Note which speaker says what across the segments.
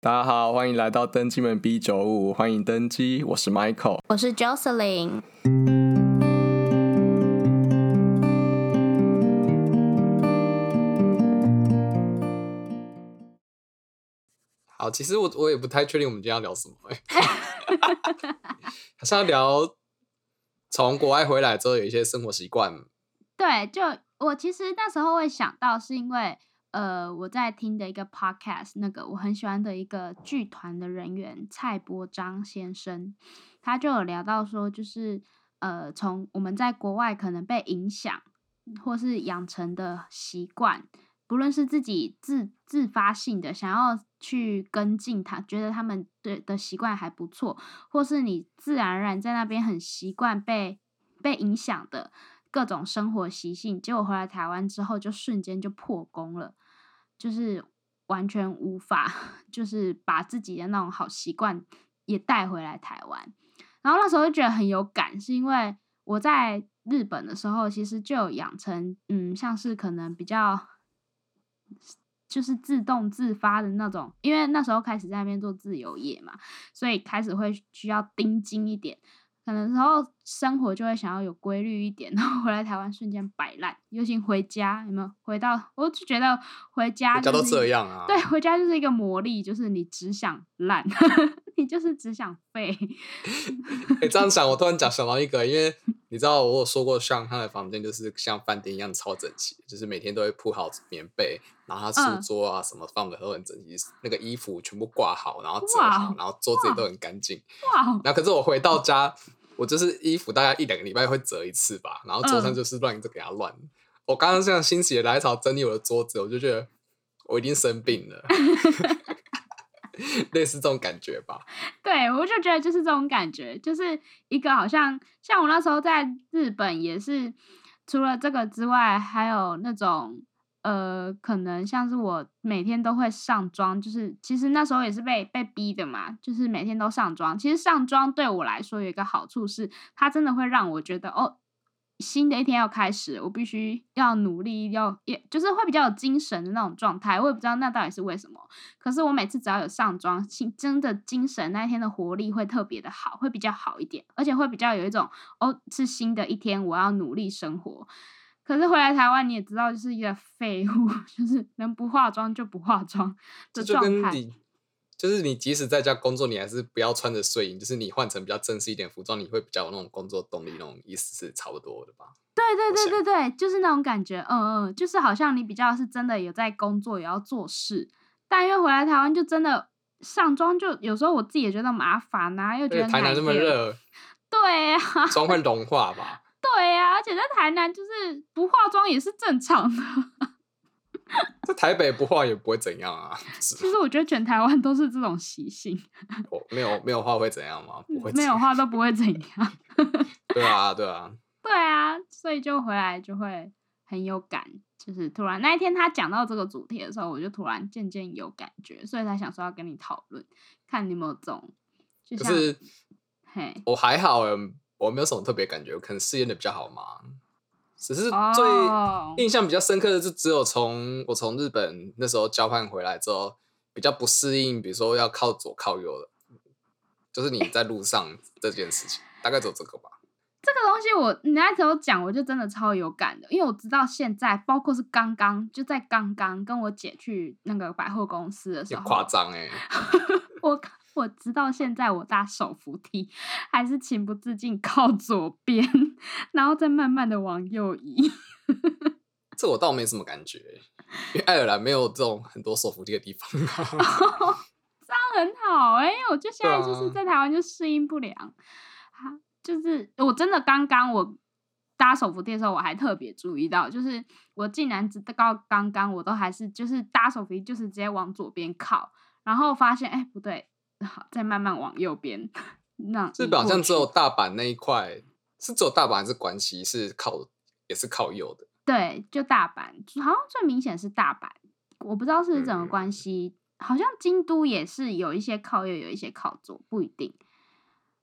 Speaker 1: 大家好，欢迎来到登机门 B 九五，欢迎登机，我是 Michael。
Speaker 2: 我是 Jocelyn。
Speaker 3: 好，其实我我也不太确定我们今天要聊 什么、欸，好像要聊从国外回来之后有一些生活习惯。
Speaker 2: 对，就我其实那时候会想到，是因为呃，我在听的一个 podcast，那个我很喜欢的一个剧团的人员蔡伯章先生，他就有聊到说，就是呃，从我们在国外可能被影响或是养成的习惯，不论是自己自自发性的想要去跟进他，觉得他们对的习惯还不错，或是你自然而然在那边很习惯被被影响的各种生活习性，结果回来台湾之后就瞬间就破功了，就是完全无法就是把自己的那种好习惯也带回来台湾。然后那时候就觉得很有感，是因为我在日本的时候，其实就有养成嗯，像是可能比较就是自动自发的那种，因为那时候开始在那边做自由业嘛，所以开始会需要盯紧一点，可能时候生活就会想要有规律一点，然后回来台湾瞬间摆烂，尤其回家有没有回到，我就觉得回家
Speaker 3: 大
Speaker 2: 就
Speaker 3: 家都
Speaker 2: 是一
Speaker 3: 这样啊，
Speaker 2: 对，回家就是一个魔力，就是你只想烂， 你就是只想废。
Speaker 3: 你、这样想，我突然讲想到一个，因为你知道我有说过，像他的房间就是像饭店一样超整齐，就是每天都会铺好棉被，然后他
Speaker 2: 嗯
Speaker 3: 书桌啊什么放的都很整齐，那个衣服全部挂好，然后折
Speaker 2: 哇
Speaker 3: 好，然后桌子也都很干净。
Speaker 2: 哇哦，
Speaker 3: 然后可是我回到家，我就是衣服大概一两个礼拜会折一次吧，然后桌
Speaker 2: 嗯
Speaker 3: 上就是乱就给它乱。我刚刚这样欣喜的来潮整理我的桌子，我就觉得我一定生病 了，类似这种感觉吧。
Speaker 2: 对，我就觉得就是这种感觉，就是一个好像像我那时候在日本也是，除了这个之外，还有那种呃，可能像是我每天都会上妆，就是其实那时候也是被被逼的嘛，就是每天都上妆。其实上妆对我来说有一个好处是，它真的会让我觉得哦。新的一天要开始，我必须要努力，要也就是会比较有精神的那种状态。我也不知道那到底是为什么，可是我每次只要有上妆，心真的精神那一天的活力会特别的好，会比较好一点，而且会比较有一种哦是新的一天，我要努力生活。可是回来台湾，你也知道，就是一个废物， 就是能不化妆就不化妆
Speaker 3: 这
Speaker 2: 的
Speaker 3: 就
Speaker 2: 状
Speaker 3: 跟
Speaker 2: 态。
Speaker 3: 你，就是你即使在家工作，你还是不要穿着睡衣，就是你换成比较正式一点服装，你会比较有那种工作动力，那种意思是差不多的吧？
Speaker 2: 对对对
Speaker 3: 想
Speaker 2: 对对，就是那种感觉，嗯嗯，就是好像你比较是真的有在工作，也要做事，但因为回来台湾就真的上妆就有时候我自己也觉得麻烦啊，又觉
Speaker 3: 因为
Speaker 2: 得
Speaker 3: 台南
Speaker 2: 哪
Speaker 3: 那么
Speaker 2: 一个，
Speaker 3: 热，
Speaker 2: 对呀、啊、
Speaker 3: 妆会融化吧？
Speaker 2: 对呀、而且在台南就是不化妆也是正常的。
Speaker 3: 在台北不化也不会怎样啊，是
Speaker 2: 其实我觉得全台湾都是这种习性，
Speaker 3: 我没有没有化会怎样吗？不会怎
Speaker 2: 没有
Speaker 3: 样，
Speaker 2: 化都不会怎样。
Speaker 3: 对啊对啊，
Speaker 2: 对啊，所以就回来就会很有感，就是突然那一天他讲到这个主题的时候，我就突然渐渐有感觉，所以才想说要跟你讨论，看你有没有这种，就
Speaker 3: 可
Speaker 2: 像
Speaker 3: 是
Speaker 2: 嘿，
Speaker 3: 我还好欸，我没有什么特别感觉，可能适应的比较好嘛。只是最
Speaker 2: 哦
Speaker 3: 印象比较深刻的是，只有从我从日本那时候交换回来之后，比较不适应，比如说要靠左靠右的，就是你在路 上这件事情，大概走这个吧。
Speaker 2: 这个东西我你那时候讲，我就真的超有感的，因为我直到现在，包括是刚刚就在刚刚跟我姐去那个百货公司的时
Speaker 3: 有
Speaker 2: 候，
Speaker 3: 夸张哎，
Speaker 2: 我我直到现在，我搭手扶梯还是情不自禁靠左边，然后再慢慢的往右移。
Speaker 3: 这我倒没什么感觉欸，因为爱尔兰没有这种很多手扶梯的地方。
Speaker 2: 哦很好哎、因为我就现在就是
Speaker 3: 对啊
Speaker 2: 在台湾就适应不良，啊就是我真的刚刚我搭手扶梯的时候，我还特别注意到，就是我竟然直到刚刚我都还是就是搭手扶梯就是直接往左边靠，然后发现哎、不对，好再慢慢往右边。 那
Speaker 3: 日本好像只有大阪那一块，是只有大阪还是关西是靠也是靠右的，
Speaker 2: 对，就大阪，好像最明显是大阪，我不知道是怎么关系，好像京都也是有一些靠右，有一些靠左，不一定。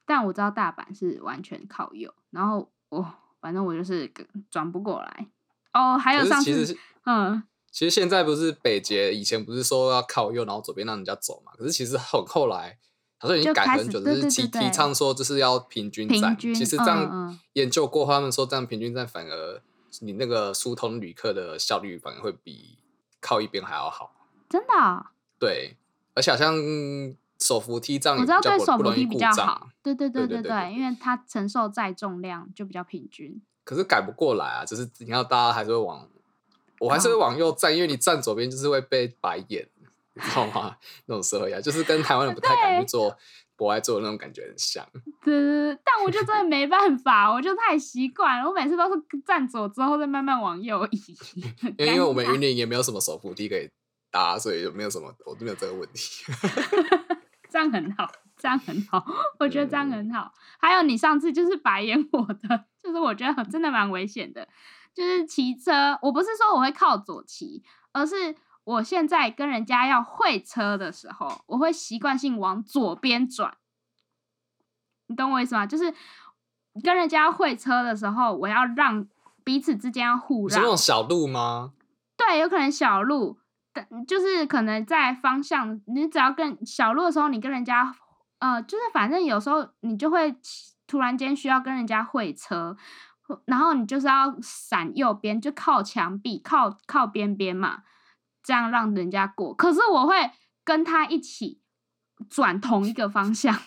Speaker 2: 但我知道大阪是完全靠右，然后我、反正我就是跟转不过来。哦，还有
Speaker 3: 可
Speaker 2: 上
Speaker 3: 是其实
Speaker 2: 次，
Speaker 3: 是
Speaker 2: 嗯，
Speaker 3: 其实现在不是北捷以前不是说要靠右，然后左边让人家走嘛？可是其实很后来，好像已经
Speaker 2: 就
Speaker 3: 改
Speaker 2: 开
Speaker 3: 很
Speaker 2: 始
Speaker 3: 久，
Speaker 2: 对
Speaker 3: 是
Speaker 2: 对
Speaker 3: 提
Speaker 2: 对对
Speaker 3: 提倡说就是要平均
Speaker 2: 平
Speaker 3: 站。
Speaker 2: 均
Speaker 3: 其实
Speaker 2: 嗯
Speaker 3: 这样
Speaker 2: 嗯
Speaker 3: 研究过，他们说这样平均站反而你那个疏通旅客的效率反而会比靠一边还要好。
Speaker 2: 真的哦、
Speaker 3: 对，而且好像手扶梯这样也
Speaker 2: 我
Speaker 3: 比
Speaker 2: 知道
Speaker 3: 较
Speaker 2: 对
Speaker 3: 不
Speaker 2: 手
Speaker 3: 不
Speaker 2: 扶
Speaker 3: 容
Speaker 2: 梯
Speaker 3: 易
Speaker 2: 比
Speaker 3: 故
Speaker 2: 较
Speaker 3: 障
Speaker 2: 好，，对对
Speaker 3: 对
Speaker 2: 对
Speaker 3: 对对对
Speaker 2: 因为它承受载重量就比较平均。
Speaker 3: 可是改不过来啊。就是你看大家还是会往，我还是会
Speaker 2: 哦
Speaker 3: 往右站，因为你站左边就是会被白眼，你知道吗？那种社会啊，就是跟台湾人不太敢去
Speaker 2: 对
Speaker 3: 做博爱做的那种感觉很像。
Speaker 2: 对，但我就真的没办法，我就太习惯了，我每次都是站左之后再慢慢往右移， 很
Speaker 3: 因为因为
Speaker 2: 尴
Speaker 3: 我们
Speaker 2: 尬
Speaker 3: 云林也没有什么手扶梯可以搭，所以就没有什么我都没有这个问题。
Speaker 2: 这样很好，这样很好， 我觉得这样很好。还有你上次就是白眼我的， 就是我觉得真的蛮危险的，就是骑车，我不是说我会靠左骑，而是我现在跟人家要会车的时候，我会习惯性往左边转，你懂我意思吗？就是跟人家会车的时候，我要让彼此之间要互
Speaker 3: 你是
Speaker 2: 让
Speaker 3: 那，种小路吗？
Speaker 2: 对，有可能小路，但就是可能在方向，你只要跟小路的时候，你跟人家，呃，就是反正有时候你就会突然间需要跟人家会车，或然后你就是要闪右边，就靠墙壁，靠靠边边嘛，这样让人家过。可是我会跟他一起转同一个方向。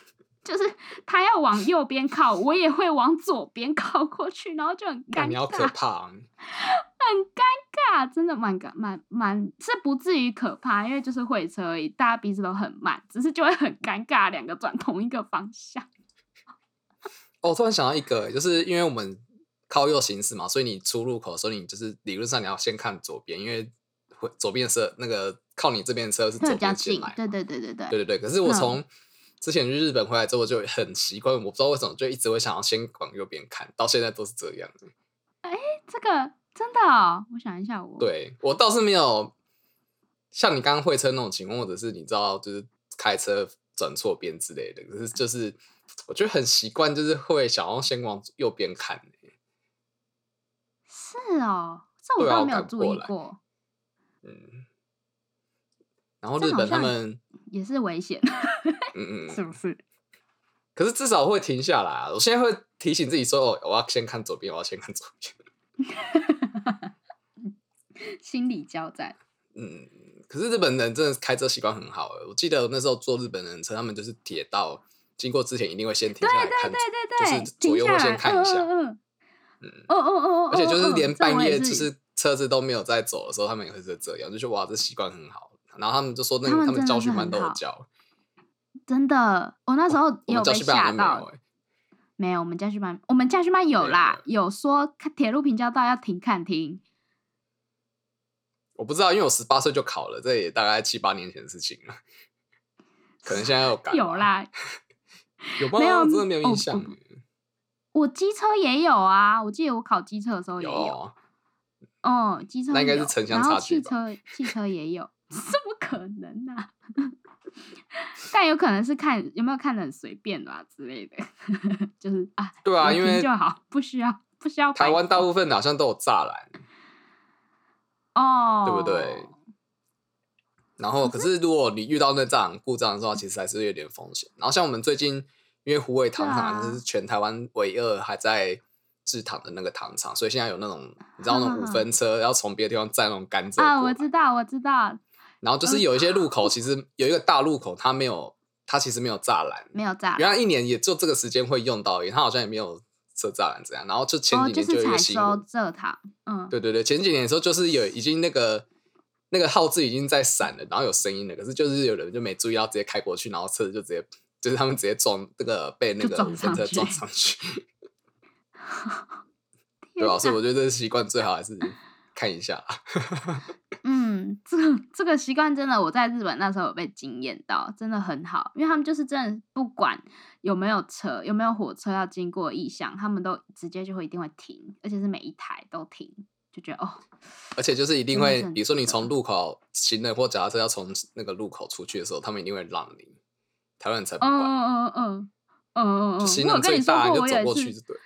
Speaker 2: 就是他要往右边靠，我也会往左边靠过去，然后就很
Speaker 3: 那
Speaker 2: 尴
Speaker 3: 你好
Speaker 2: 尬。
Speaker 3: 可怕、啊！
Speaker 2: 很尴尬，真的蛮尴蛮蛮是不至于可怕，因为就是会车而已，大家鼻子都很慢，只是就会很尴尬，两个转同一个方 向。
Speaker 3: 哦，我突然想到一个，就是因为我们靠右行驶嘛，所以你出入口的时候，你就是理论上你要先看左边，因为会左边的车那个靠你这边的车是
Speaker 2: 会
Speaker 3: 左
Speaker 2: 比较
Speaker 3: 边先
Speaker 2: 近
Speaker 3: 来嘛，，
Speaker 2: 对对对对对，
Speaker 3: 对对对。可是我
Speaker 2: 嗯
Speaker 3: 从之前去日本回来之后，我就很习惯，我不知道为什么就一直会想要先往右边看，到现在都是这样。
Speaker 2: 这个真的、哦，我想一下我，
Speaker 3: 对我倒是没有像你刚刚会车那种情况，或者是你知道就是开车转错边之类的，可是就是我觉得很习惯，就是会想要先往右边看、欸
Speaker 2: 是哦，这我
Speaker 3: 对啊
Speaker 2: 倒
Speaker 3: 我
Speaker 2: 没有
Speaker 3: 赶
Speaker 2: 注
Speaker 3: 过
Speaker 2: 意
Speaker 3: 来
Speaker 2: 过，
Speaker 3: 嗯，然后
Speaker 2: 这
Speaker 3: 日
Speaker 2: 好
Speaker 3: 本他
Speaker 2: 像
Speaker 3: 们，
Speaker 2: 也是危险，
Speaker 3: 嗯嗯
Speaker 2: 是
Speaker 3: 嗯，
Speaker 2: 不是？
Speaker 3: 可是至少会停下来、啊。我现在会提醒自己说，哦，我要先看左边，我要先看左边。
Speaker 2: 心理交战，
Speaker 3: 嗯，可是日本人真的开车习惯很好、欸。我记得我那时候坐日本人车，他们就是铁道经过之前一定会先停下来看，
Speaker 2: 对对对
Speaker 3: 就是
Speaker 2: 对，
Speaker 3: 左
Speaker 2: 停
Speaker 3: 右
Speaker 2: 下
Speaker 3: 会
Speaker 2: 来，
Speaker 3: 先看一下。
Speaker 2: 嗯
Speaker 3: 嗯
Speaker 2: 嗯嗯哦哦哦，
Speaker 3: 而且就是
Speaker 2: 哦哦
Speaker 3: 连
Speaker 2: 这
Speaker 3: 半
Speaker 2: 我也
Speaker 3: 夜就是是车子都没有在走的时候，他们也会是这样，就觉得哇，这习惯很好。然后他们就说那
Speaker 2: 他
Speaker 3: 个
Speaker 2: 们
Speaker 3: 他们
Speaker 2: 真的
Speaker 3: 教训
Speaker 2: 是
Speaker 3: 班
Speaker 2: 很
Speaker 3: 都有
Speaker 2: 好
Speaker 3: 教，
Speaker 2: 真的，我那时候
Speaker 3: 哦我
Speaker 2: 也
Speaker 3: 们教
Speaker 2: 有被
Speaker 3: 训班好
Speaker 2: 吓
Speaker 3: 像没
Speaker 2: 到
Speaker 3: 有、。欸。
Speaker 2: 没有，我们家训班，我们家训班有
Speaker 3: 没有
Speaker 2: 啦，有说看铁路平交道要停看停。
Speaker 3: 我不知道，因为我十八岁就考了，这也大概七八年前的事情了。可能现在有改吧
Speaker 2: 有，啦，
Speaker 3: 有吗？
Speaker 2: 没有
Speaker 3: 真的没有
Speaker 2: 哦
Speaker 3: 印象
Speaker 2: 不。我机车也有啊，我记得我考机车的时候也有，
Speaker 3: 欸有，
Speaker 2: 哦，机车
Speaker 3: 那应该
Speaker 2: 有
Speaker 3: 是城乡
Speaker 2: 然后
Speaker 3: 差距
Speaker 2: 汽
Speaker 3: 吧
Speaker 2: 车汽 车也有，怎么可能呢、啊？ 但有可能是看有没有看的很随便吧之类的， 就是啊，
Speaker 3: 对啊
Speaker 2: 有
Speaker 3: 因
Speaker 2: 停
Speaker 3: 为
Speaker 2: 就好，不需要不需要
Speaker 3: 台湾大
Speaker 2: 部
Speaker 3: 部分好像都有栅栏，
Speaker 2: 哦，
Speaker 3: 对不对？然后，可是如果你遇到那栅栏故障的话，其实还是有点风险。然后，像我们最近因为虎尾糖厂好像
Speaker 2: 对啊
Speaker 3: 是全台湾唯二还在制糖的那个糖厂，所以现在有那种你知道那种五 分车要从别的地方载那种甘蔗
Speaker 2: 啊，
Speaker 3: 过
Speaker 2: 我
Speaker 3: 来
Speaker 2: 知道我知道，
Speaker 3: 然后就是有一些路口，其实有一个大路口，它没有，它其实没有栅 栏，
Speaker 2: 没有炸
Speaker 3: 原来一年也就这个时间会用到而已，它好像也没有设栅栏这样。然后就前
Speaker 2: 哦，
Speaker 3: 几
Speaker 2: 就
Speaker 3: 年有
Speaker 2: 是
Speaker 3: 一
Speaker 2: 采
Speaker 3: 个新闻，
Speaker 2: 收蔗糖，嗯，
Speaker 3: 对对对，前几年的时候就是有已经那个那个号字已经在闪了，然后有声音了，可是就是有人就没注意到，直接开过去，然后车子就直接就是他们直接撞那个被那
Speaker 2: 就
Speaker 3: 个
Speaker 2: 撞
Speaker 3: 五分
Speaker 2: 上
Speaker 3: 车
Speaker 2: 去
Speaker 3: 撞上 去，
Speaker 2: 天
Speaker 3: 对啊吧、所以
Speaker 2: 哪
Speaker 3: 我觉得这个习惯最好还是看一下啦。
Speaker 2: 嗯，这个这个习惯真的，我在日本那时候有被惊艳到，真的很好，因为他们就是真的不管有没有车，有没有火车要经过异乡，他们都直接就会一定会停，而且是每一台都停，就觉得哦，
Speaker 3: 而且就是一定
Speaker 2: 真的
Speaker 3: 会
Speaker 2: 是，很
Speaker 3: 比如说你
Speaker 2: 值得
Speaker 3: 从路口行人或脚踏车要从那个路口出去的时候，他们一定会让你，台湾人才不
Speaker 2: 嗯
Speaker 3: 管。
Speaker 2: 嗯嗯嗯嗯嗯嗯，
Speaker 3: 就行
Speaker 2: 我有
Speaker 3: 人
Speaker 2: 跟
Speaker 3: 最
Speaker 2: 你说
Speaker 3: 大，
Speaker 2: 过，
Speaker 3: 你
Speaker 2: 我
Speaker 3: 就走
Speaker 2: 有
Speaker 3: 过
Speaker 2: 一
Speaker 3: 去
Speaker 2: 次
Speaker 3: 就对了。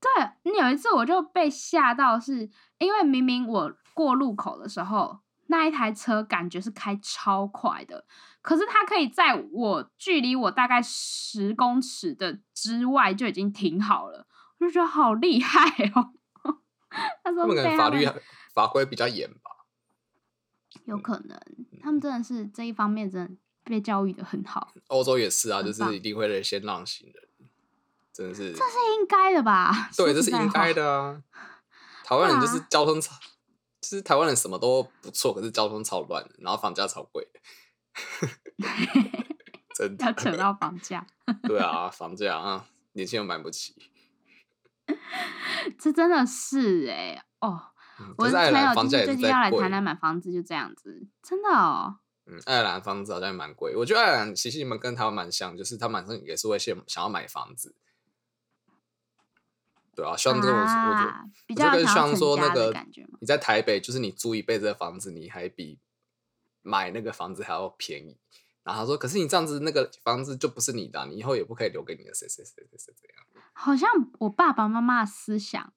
Speaker 2: 对，你有一次我就被吓到是，因为明明我过路口的时候，那一台车感觉是开超快的，可是它可以在我距离我大概十公尺的之外就已经停好了，我就觉得好厉害哦。 他说
Speaker 3: 他们可
Speaker 2: 被
Speaker 3: 能
Speaker 2: 他
Speaker 3: 法律
Speaker 2: 们
Speaker 3: 法规比较严吧。
Speaker 2: 有可能，
Speaker 3: 嗯
Speaker 2: 他们真的是这一方面真的被教育的很好，
Speaker 3: 欧洲也是啊，
Speaker 2: 很
Speaker 3: 就
Speaker 2: 棒
Speaker 3: 是一定会先让行人，真的是，
Speaker 2: 这是应该的吧？
Speaker 3: 对，
Speaker 2: 说
Speaker 3: 这是
Speaker 2: 实在
Speaker 3: 应该
Speaker 2: 话。
Speaker 3: 的啊。台湾人就是
Speaker 2: 对啊
Speaker 3: 交通超，就是台湾人什么都不错，可是交通超乱的，然后房价超 贵的，真
Speaker 2: 要
Speaker 3: 的。
Speaker 2: 扯到房价，
Speaker 3: 对啊，房价啊，年轻人买不起。
Speaker 2: 这真的是哎、哦，
Speaker 3: 嗯
Speaker 2: 我
Speaker 3: 可
Speaker 2: 的
Speaker 3: 是爱尔
Speaker 2: 朋友
Speaker 3: 兰
Speaker 2: 就
Speaker 3: 房价
Speaker 2: 是
Speaker 3: 也
Speaker 2: 最
Speaker 3: 是
Speaker 2: 近要
Speaker 3: 在
Speaker 2: 来
Speaker 3: 贵
Speaker 2: 台。南买房子，就这样子，真的哦。
Speaker 3: 嗯，爱尔兰房子好像也蛮贵。我觉得爱尔兰其实你们跟台湾蛮像，就是他们好像也是会先想要买房子。对啊，像这种、我觉得
Speaker 2: 啊，比较
Speaker 3: 我就跟
Speaker 2: 想要
Speaker 3: 像
Speaker 2: 成
Speaker 3: 说那
Speaker 2: 家的
Speaker 3: 个
Speaker 2: 感觉嘛。
Speaker 3: 你在台北，就是你租一辈子的房子，你还比买那个房子还要便宜。然后他说，可是你这样子那个房子就不是你的啊、你以后也不可以留给你的谁谁谁谁谁啊这样。
Speaker 2: 好像我爸爸妈妈的思想，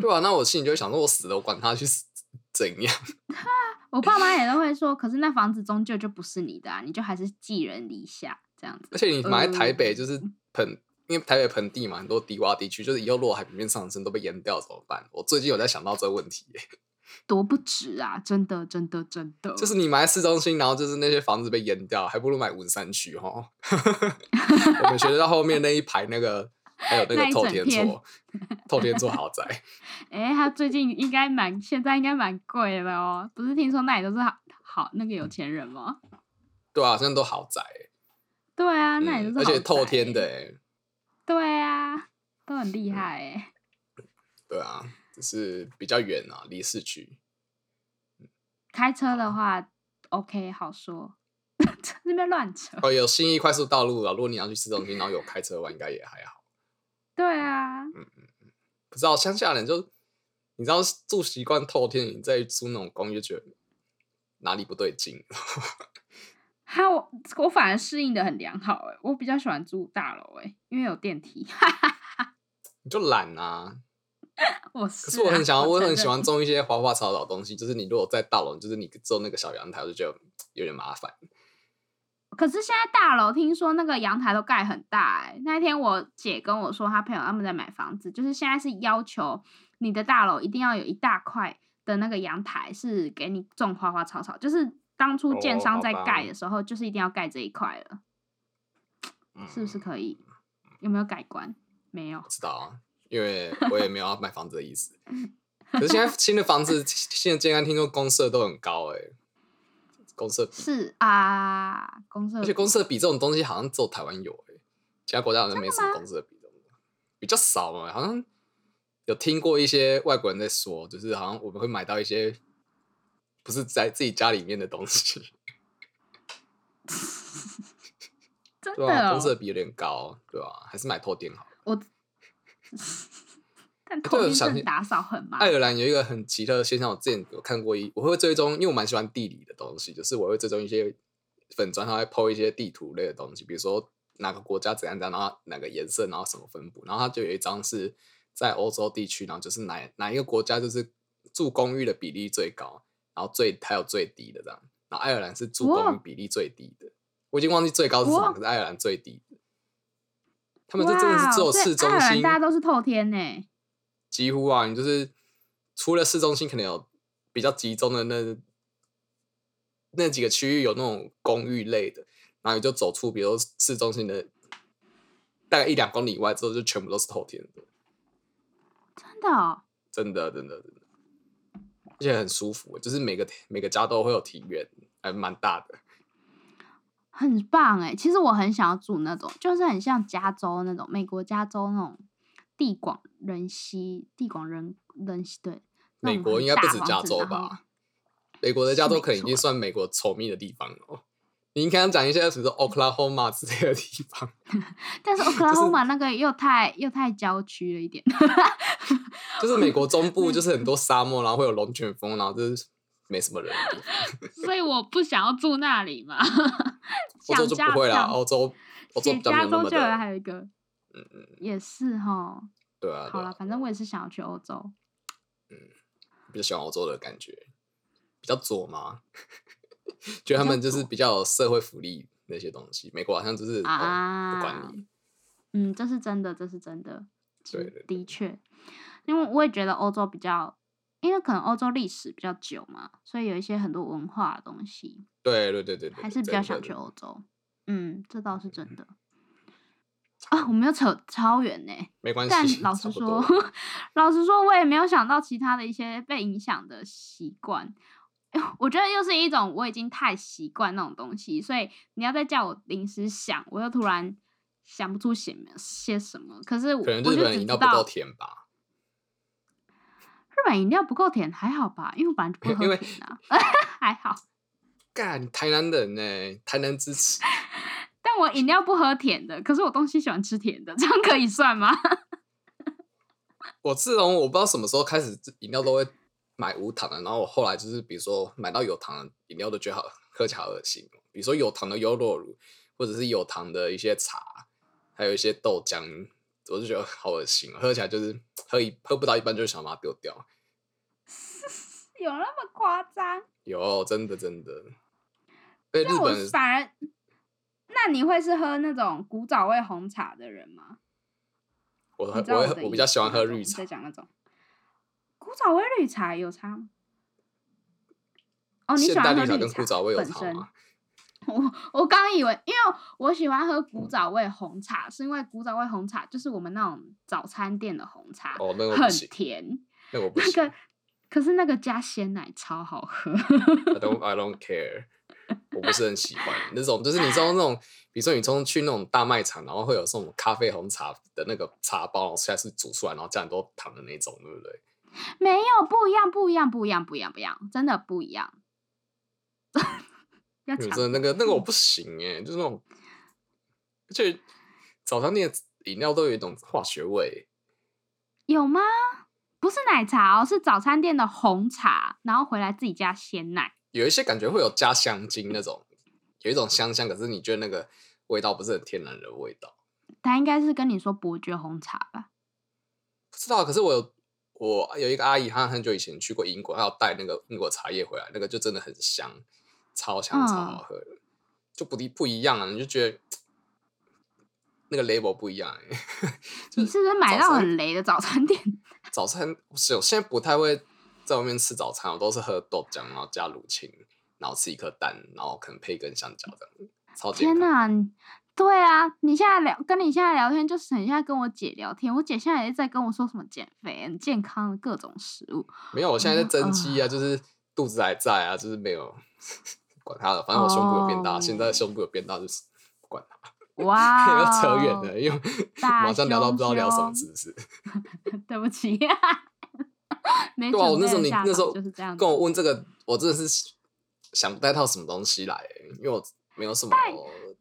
Speaker 3: 对啊，那我心里就会想说，我死了，我管他去死怎样。
Speaker 2: 我爸妈也都会说，可是那房子终究就不是你的啊，你就还是寄人篱下这样子。
Speaker 3: 而且你买在台北
Speaker 2: 呃
Speaker 3: 就是盆，因为台北盆地嘛，很多低洼地区，就是以后如果海平面上升都被淹掉怎么办？我最近有在想到这个问题耶、
Speaker 2: 多不值啊！真的，真的，真的，
Speaker 3: 就是你买在市中心，然后就是那些房子被淹掉，还不如买文山区 哈。我们学校后面那一排那个，还有那
Speaker 2: 那一
Speaker 3: 个透
Speaker 2: 整
Speaker 3: 天
Speaker 2: 片
Speaker 3: 厝，透天厝豪宅，
Speaker 2: 哎、他最近应该蛮，现在应该蛮贵的哦。不是听说那里都是好好那个有钱人吗？
Speaker 3: 对啊，好像都豪宅耶、
Speaker 2: 对啊，那里
Speaker 3: 嗯
Speaker 2: 都是、
Speaker 3: 而且透天的、。欸，
Speaker 2: 对啊，都很厉害哎、
Speaker 3: 对啊，就是比较远啊，离市区。
Speaker 2: 开车的话，OK，好说， 在那边乱扯。
Speaker 3: 哦，有新义快速道路啊，如果你要去市中心，然后有开车的话，应该也还好。
Speaker 2: 对啊，
Speaker 3: 嗯不知道乡下人就你知道住习惯透天，你再租那种公寓，就觉得哪里不对劲。
Speaker 2: 哈，我我反而适应的很良好哎、我比较喜欢住大楼哎、因为有电梯。
Speaker 3: 你就懒啊！
Speaker 2: 我
Speaker 3: 可
Speaker 2: 是、啊，
Speaker 3: 是我很想要，我
Speaker 2: 承
Speaker 3: 很喜
Speaker 2: 认
Speaker 3: 欢种一些花花草草的东西。就是你如果在大楼，就是你种那个小阳台，我就觉得有点麻烦。
Speaker 2: 可是现在大楼听说那个阳台都盖很大哎、那一天我姐跟我说，她朋友他们在买房子，就是现在是要求你的大楼一定要有一大块的那个阳台是给你种花花草草，就是当初建
Speaker 3: 哦
Speaker 2: 商
Speaker 3: 好
Speaker 2: 在
Speaker 3: 吧
Speaker 2: 盖的时候，就是一定要盖这一块了，
Speaker 3: 嗯，
Speaker 2: 是不是
Speaker 3: 不
Speaker 2: 可以？有没有改观？没有，
Speaker 3: 知道啊，因为我也没有要买房子的意 思。
Speaker 2: 嗯
Speaker 3: 可是现在新的房子，现在健康听说公社都很高哎、公
Speaker 2: 呃
Speaker 3: 社比，
Speaker 2: 是啊，公社
Speaker 3: 而且公社比这种东西好像只有台湾有哎、其他国家好像没什么公社比这种东西，比较少嘛，好像有听过一些外国人在说，就是好像我们会买到一些不是在自己家里面的东西，
Speaker 2: 真
Speaker 3: 对
Speaker 2: 的、
Speaker 3: 啊，
Speaker 2: 哦
Speaker 3: 公社比有点高，对啊，还是买透电好了。
Speaker 2: 我， 但
Speaker 3: 对
Speaker 2: 头
Speaker 3: 我
Speaker 2: 天
Speaker 3: 想哎
Speaker 2: 真的
Speaker 3: 起
Speaker 2: 打扫很麻
Speaker 3: 爱
Speaker 2: 烦
Speaker 3: 尔兰有一个很奇特的现象，我之前有看过一，我会追踪，因为我蛮喜欢地理的东西，就是我会追踪一些粉砖，它会 PO 一些地图类的东西，比如说哪个国家怎样怎样，然后哪个颜色，然后什么分布，然后它就有一张是在欧洲地区，然后就是哪哪一个国家就是住公寓的比例最高，然后最还有最低的这样，然后爱尔兰是住公
Speaker 2: 哇
Speaker 3: 寓比例最低的，我已经忘记最高是什么，
Speaker 2: 哇
Speaker 3: 可是爱尔兰最低的，他们就真的是只有
Speaker 2: 哇所哦以
Speaker 3: 市中
Speaker 2: 爱尔兰
Speaker 3: 心，
Speaker 2: 大家都是透天呢、
Speaker 3: 几乎啊，你就是除了市中心，可能有比较集中的那那几个区域有那种公寓类的，然后你就走出，比如说市中心的大概一两公里以外之后，就全部都是透天的，
Speaker 2: 真的、哦。
Speaker 3: 真的，真的，真的，而且很舒服，就是每个每个家都会有庭院，还蛮大的。
Speaker 2: 很棒哎、其实我很想要住那种，就是很像加州那种，美国加州那种地广人稀、地广人人稀对。那
Speaker 3: 美
Speaker 2: 种
Speaker 3: 国
Speaker 2: 很
Speaker 3: 应该不
Speaker 2: 大
Speaker 3: 止
Speaker 2: 房
Speaker 3: 加
Speaker 2: 子
Speaker 3: 州？
Speaker 2: 然后
Speaker 3: 吧？美国的加
Speaker 2: 是
Speaker 3: 州
Speaker 2: 没
Speaker 3: 可能已
Speaker 2: 错
Speaker 3: 经算美国稠密的地方了哦。你应该讲一些，比如说 Oklahoma 之类的地方。
Speaker 2: 但 是 Oklahoma 那个又太又太郊区了一点。
Speaker 3: 就是美国中
Speaker 2: 嗯
Speaker 3: 部，就是很多沙漠，然后会有龙卷风，然后就是没什么人的地方。
Speaker 2: 所以我不想要住那里 嘛。
Speaker 3: 欧洲就不会啦，欧洲欧洲
Speaker 2: 写
Speaker 3: 比较没
Speaker 2: 加
Speaker 3: 有那
Speaker 2: 州
Speaker 3: 么
Speaker 2: 就有还
Speaker 3: 的，
Speaker 2: 有一个，
Speaker 3: 嗯嗯，
Speaker 2: 也是哈。
Speaker 3: 对啊，
Speaker 2: 好
Speaker 3: 对
Speaker 2: 了，
Speaker 3: 啊，
Speaker 2: 反正我也是想要去欧洲。
Speaker 3: 比较喜欢欧洲的感觉，比较左嘛， 觉得他们就是比较有社会福利那些东西。美国好像就是、
Speaker 2: 啊
Speaker 3: 哦、不管你，
Speaker 2: 嗯，这是真的，这是真的，
Speaker 3: 对
Speaker 2: 是
Speaker 3: 对对
Speaker 2: 的确，因为我也觉得欧洲比较，因为可能欧洲历史比较久嘛，所以有一些很多文化的东西，
Speaker 3: 对对对对对，
Speaker 2: 还是比
Speaker 3: 真
Speaker 2: 较
Speaker 3: 的
Speaker 2: 想去
Speaker 3: 真的
Speaker 2: 欧洲。嗯，这倒是真的。啊，我们又扯超远呢、
Speaker 3: 没关
Speaker 2: 但
Speaker 3: 系。
Speaker 2: 老
Speaker 3: 差
Speaker 2: 实
Speaker 3: 不多
Speaker 2: 说， 老实说，我也没有想到其他的一些被影响的习惯。我觉得又是一种我已经太习惯那种东西，所以你要再叫我临时想，我又突然想不出写些什么。可是我
Speaker 3: 可能
Speaker 2: 我
Speaker 3: 日
Speaker 2: 就
Speaker 3: 本饮
Speaker 2: 只知
Speaker 3: 料
Speaker 2: 道
Speaker 3: 不够甜吧，
Speaker 2: 日本饮料不够甜，还好吧？因为我本来就不
Speaker 3: 因
Speaker 2: 喝
Speaker 3: 为
Speaker 2: 甜啊， 还好。
Speaker 3: 干台南人呢、欸台南支持。
Speaker 2: 但我饮料不喝甜的，可是我东西喜欢吃甜的，这样可以算吗？
Speaker 3: 我自从我不知道什么时候开始饮料都会买无糖的，然后我后来就是比如说买到有糖的饮料都觉得好喝起来好恶心哦，比如说有糖的优酪乳，或者是有糖的一些茶，还有一些豆浆，我就觉得好恶心哦，喝起来就是喝一喝不到一半就想把它丢掉。
Speaker 2: 有那么夸张？
Speaker 3: 有，真的真的。对日
Speaker 2: 那我
Speaker 3: 本人
Speaker 2: 反而，那你会是喝那种古早味红茶的人吗？
Speaker 3: 我
Speaker 2: 你
Speaker 3: 很
Speaker 2: 知道
Speaker 3: 我
Speaker 2: 的
Speaker 3: 会我
Speaker 2: 意
Speaker 3: 比较
Speaker 2: 思
Speaker 3: 喜欢
Speaker 2: 那
Speaker 3: 喝
Speaker 2: 种
Speaker 3: 绿
Speaker 2: 你
Speaker 3: 茶
Speaker 2: 在，讲那种古早味绿茶有差吗？哦，你喜
Speaker 3: 现代
Speaker 2: 欢喝
Speaker 3: 绿茶
Speaker 2: 绿
Speaker 3: 跟古早味有
Speaker 2: 本
Speaker 3: 差
Speaker 2: 身
Speaker 3: 吗？
Speaker 2: 我我刚以为，因为我喜欢喝古早味红茶，是因为古早味红茶就是我们那种早餐店的红茶，
Speaker 3: 哦那个我不
Speaker 2: 很
Speaker 3: 行
Speaker 2: 甜，
Speaker 3: 那个我不
Speaker 2: 那
Speaker 3: 行
Speaker 2: 个可是那个加鲜奶超好喝。
Speaker 3: I don't I don't care，我 不是很喜欢那种，就是你知道那种，比如说你冲去那种大卖场，然后会有这种咖啡红茶的那个茶包，然后下次煮出来，然后加很多糖的那种，对不对？
Speaker 2: 没有，不一样，不一样，不一样，不一样，不一样，真的不一样。要
Speaker 3: 因为
Speaker 2: 抢
Speaker 3: 真的那个那个我不行哎、就是那种，而且早餐店的饮料都有一种化学味，
Speaker 2: 有吗？不是奶茶哦，是早餐店的红茶，然后回来自己加鲜奶。
Speaker 3: 有一些感觉会有加香精那种，有一种香香，可是你觉得那个味道不是很天然的味道。
Speaker 2: 他应该是跟你说伯爵红茶吧？
Speaker 3: 不知道，可是我有我有一个阿姨，她很久以前去过英国，她有带那个英国茶叶回来，那个就真的很香，超香，
Speaker 2: 嗯
Speaker 3: 超好喝的，就不一不一样啊！你就觉得那个 label 不一样、欸。
Speaker 2: 你是不是买
Speaker 3: 早
Speaker 2: 到
Speaker 3: 餐
Speaker 2: 很雷的早餐店？
Speaker 3: 早餐是我现在不太会在外面吃早餐，我都是喝豆浆，然后加乳清，然后吃一颗蛋，然后可能配一根香蕉这样，超健
Speaker 2: 天
Speaker 3: 康。
Speaker 2: 哪！你对啊，你现在聊跟你现在聊天，就是很像跟我姐聊天。我姐现在也在跟我说什么减肥、很健康的各种食 物。
Speaker 3: 没有，我现在在
Speaker 2: 嗯
Speaker 3: 增肌啊，就是肚子还在啊，就是没有 管它了，反正我胸部有变大，现在
Speaker 2: 哦
Speaker 3: 胸部有变大就是不管它。
Speaker 2: 哇、
Speaker 3: 要扯远了，因为
Speaker 2: 大
Speaker 3: 马上聊到不知道聊什么，
Speaker 2: 胸
Speaker 3: 是不是？
Speaker 2: 对不起， 没
Speaker 3: 对啊，我
Speaker 2: 准备
Speaker 3: 那时候
Speaker 2: 的
Speaker 3: 你
Speaker 2: 下
Speaker 3: 那时
Speaker 2: 场
Speaker 3: 候
Speaker 2: 就是这样子
Speaker 3: 跟。我问这个，我真的是想不带到什么东西来、欸因为我没有什么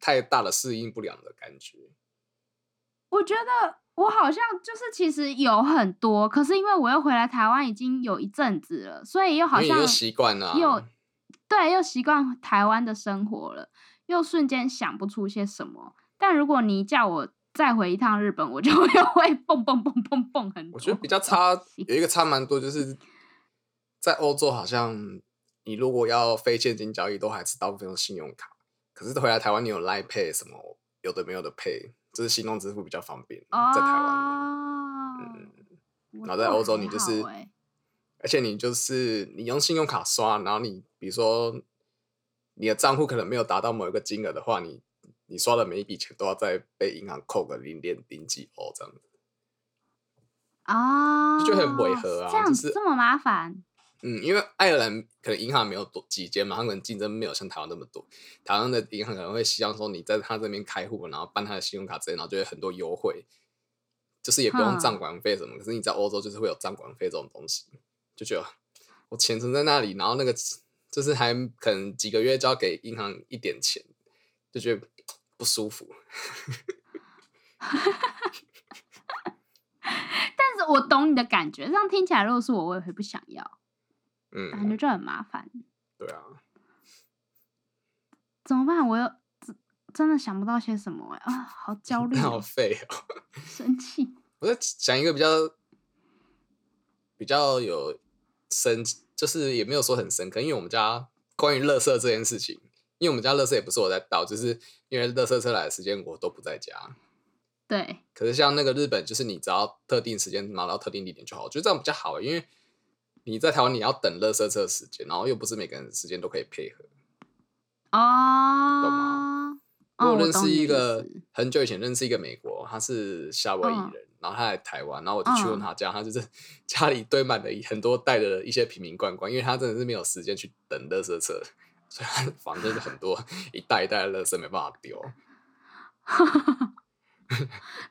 Speaker 3: 太大的适应不良的感觉。
Speaker 2: 我觉得我好像就是其实有很多，可是因为我又回来台湾已经有一阵子了，所以又好
Speaker 3: 因为
Speaker 2: 像
Speaker 3: 你就习惯了啊、
Speaker 2: 又对又习惯台湾的生活了，又瞬间想不出些什么。但如果你叫我再回一趟日本，我就 又会蹦蹦蹦蹦蹦很多。
Speaker 3: 我觉得比较差
Speaker 2: 东西，
Speaker 3: 有一个差蛮多，就是在欧洲好像你如果要非现金交易，都还是大部分用信用卡。可是回来台湾，你有 Line Pay 什么有的没有的 Pay，就是行动支付比较方便，在台湾。嗯
Speaker 2: 哦，我
Speaker 3: 然后在
Speaker 2: 倒
Speaker 3: 欧洲，
Speaker 2: 还
Speaker 3: 你就
Speaker 2: 好
Speaker 3: 是
Speaker 2: 欸，
Speaker 3: 而且你就是你用信用卡刷，然后你比如说你的账户可能没有达到某一个金额的话，你你刷的每一笔钱都要再被银行扣个零点零几欧这样子。
Speaker 2: 啊，
Speaker 3: 就觉得很违和啊
Speaker 2: 这样
Speaker 3: 就
Speaker 2: 子
Speaker 3: 是
Speaker 2: 这么麻烦，
Speaker 3: 嗯，因为爱尔兰可能银行没有多几间嘛，他可能竞争没有像台湾那么多。台湾的银行可能会希望说你在他这边开户，然后办他的信用卡之类，然后就会很多优惠，就是也不用
Speaker 2: 哼
Speaker 3: 账管费什么。可是你在欧洲就是会有账管费这种东西，就觉得我钱存在那里，然后那个就是还可能几个月就要给银行一点钱，就觉得不舒服。
Speaker 2: 但是我懂你的感觉，这样听起来，如果是我，我也会不想要，感觉
Speaker 3: 嗯，
Speaker 2: 就很麻烦。
Speaker 3: 对啊，
Speaker 2: 怎么办？我又真真的想不到些什么哎、啊，好焦 虑、
Speaker 3: 好
Speaker 2: 哦，
Speaker 3: 废哦。
Speaker 2: 生气。
Speaker 3: 我在想一个比较比较有深，就是也没有说很深刻，因为我们家关于垃圾这件事情，因为我们家垃圾也不是我在倒，就是因为垃圾车来的时间我都不在家。
Speaker 2: 对，
Speaker 3: 可是像那个日本，就是你只要特定时间拿到特定地点就好，我觉得这样比较好，欸因为你在台湾你要等垃圾车时间，然后又不是每个人时间都可以配合。
Speaker 2: 哦
Speaker 3: 吗，
Speaker 2: 哦
Speaker 3: 我认
Speaker 2: 懂
Speaker 3: 识
Speaker 2: 你的
Speaker 3: 一
Speaker 2: 意
Speaker 3: 个
Speaker 2: 思
Speaker 3: 很久以前认识一个美国，他是夏威夷
Speaker 2: 嗯
Speaker 3: 人，然后他来台湾，然后我就去问
Speaker 2: 嗯
Speaker 3: 他家，他就是 家里堆满了一很多带的一些瓶瓶罐罐，因为他真的是没有时间去等垃圾车， 所以他的房间就很多一袋一袋的垃圾没办法丢，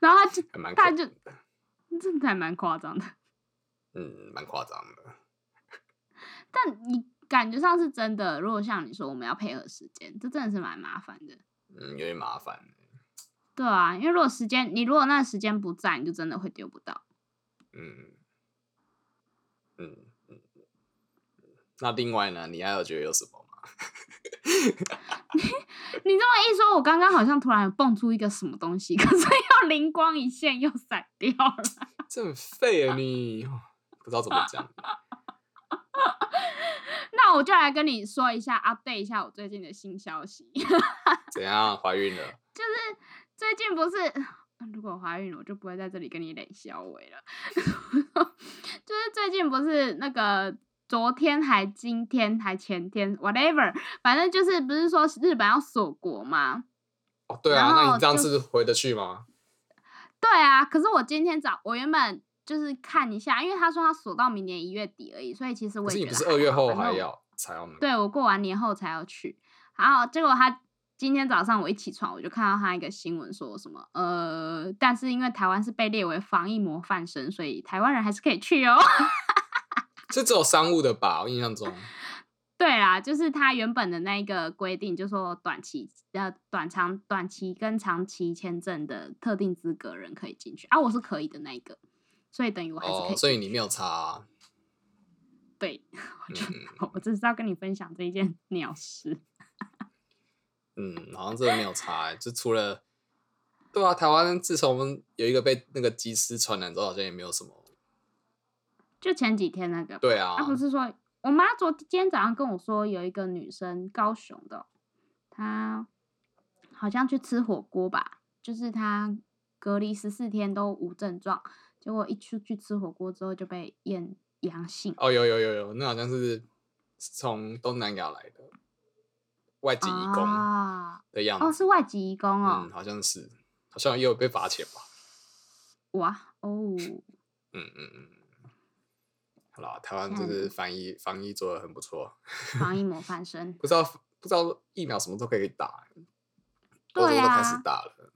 Speaker 2: 然后他就
Speaker 3: 还蛮可
Speaker 2: 他就这还蛮夸张的，
Speaker 3: 嗯蛮夸张的。
Speaker 2: 但你感觉上是真的。如果像你说我们要配合时间，这真的是蛮麻烦的。
Speaker 3: 嗯，有点麻烦。
Speaker 2: 对啊，因为如果时间你如果那个时间不在，你就真的会丢不到。
Speaker 3: 嗯，嗯嗯，那另外呢，你还有觉得有什 么吗？
Speaker 2: 你这么一说，我刚刚好像突然有蹦出一个什么东西，可是又灵光一现，又散掉了。
Speaker 3: 这很废啊你，哦不知道怎么讲。
Speaker 2: 那我就来跟你说一下，update 一下我最近的新消息。
Speaker 3: 怎样怀孕了？
Speaker 2: 最近不是，嗯如果我怀孕了，我就不会在这里跟你冷笑尾了。 就是最近不是那个昨天还今天还前天，whatever，反正就是不是说日本要锁国吗？
Speaker 3: 哦，对啊，
Speaker 2: 然
Speaker 3: 那
Speaker 2: 后
Speaker 3: 你这样
Speaker 2: 就
Speaker 3: 子回得去吗？
Speaker 2: 对啊，可是我今天早我原本就是看一下，因为他说他锁到明年一月底而已，所以其实我
Speaker 3: 可是你
Speaker 2: 也觉
Speaker 3: 不
Speaker 2: 得
Speaker 3: 是
Speaker 2: 还
Speaker 3: 二月
Speaker 2: 好
Speaker 3: 后
Speaker 2: 反正
Speaker 3: 还
Speaker 2: 我
Speaker 3: 要才要吗？
Speaker 2: 对我过完年后才要去。然后结果他今天早上我一起床，我就看到他一个新闻说什么呃，但是因为台湾是被列为防疫模范生，所以台湾人还是可以去哦。
Speaker 3: 是只有商务的吧？我印象中，
Speaker 2: 对啦，就是他原本的那一个规定，就说短期呃短长短期跟长期签证的特定资格人可以进去啊，我是可以的那一个，所以等 于我还是可以
Speaker 3: 哦
Speaker 2: 进去、，
Speaker 3: 所以你没有差啊。
Speaker 2: 对， 我就、
Speaker 3: 嗯
Speaker 2: 我只是要跟你分享这一件 鸟事。
Speaker 3: 嗯，好像真的没有差、欸，就除了对啊，台湾自从有一个被那个机师传染之后，好像也没有什么。
Speaker 2: 就前几天那个，
Speaker 3: 对啊，
Speaker 2: 他不是说，我妈昨今天早上跟我说，有一个女生，高雄的，她好像去吃火锅吧，就是她隔离十四天都无症状，结果一出去吃火锅之后就被验阳性。
Speaker 3: 哦，有有有有，那好像是从东南亚来的外籍义工
Speaker 2: 啊，
Speaker 3: 的样
Speaker 2: 哦，
Speaker 3: 子，
Speaker 2: 是外籍移工哦
Speaker 3: 嗯，，好像是，好像也有被罚钱吧，
Speaker 2: 哇哦，
Speaker 3: 嗯嗯嗯。好啦，台湾
Speaker 2: 这
Speaker 3: 就
Speaker 2: 样
Speaker 3: 是
Speaker 2: 子
Speaker 3: 防疫防疫做的很不错，
Speaker 2: 防疫模范生，
Speaker 3: 不知道不知道疫苗什么时候可以打、欸，欧洲
Speaker 2: 对
Speaker 3: 都开始
Speaker 2: 啊
Speaker 3: 打了，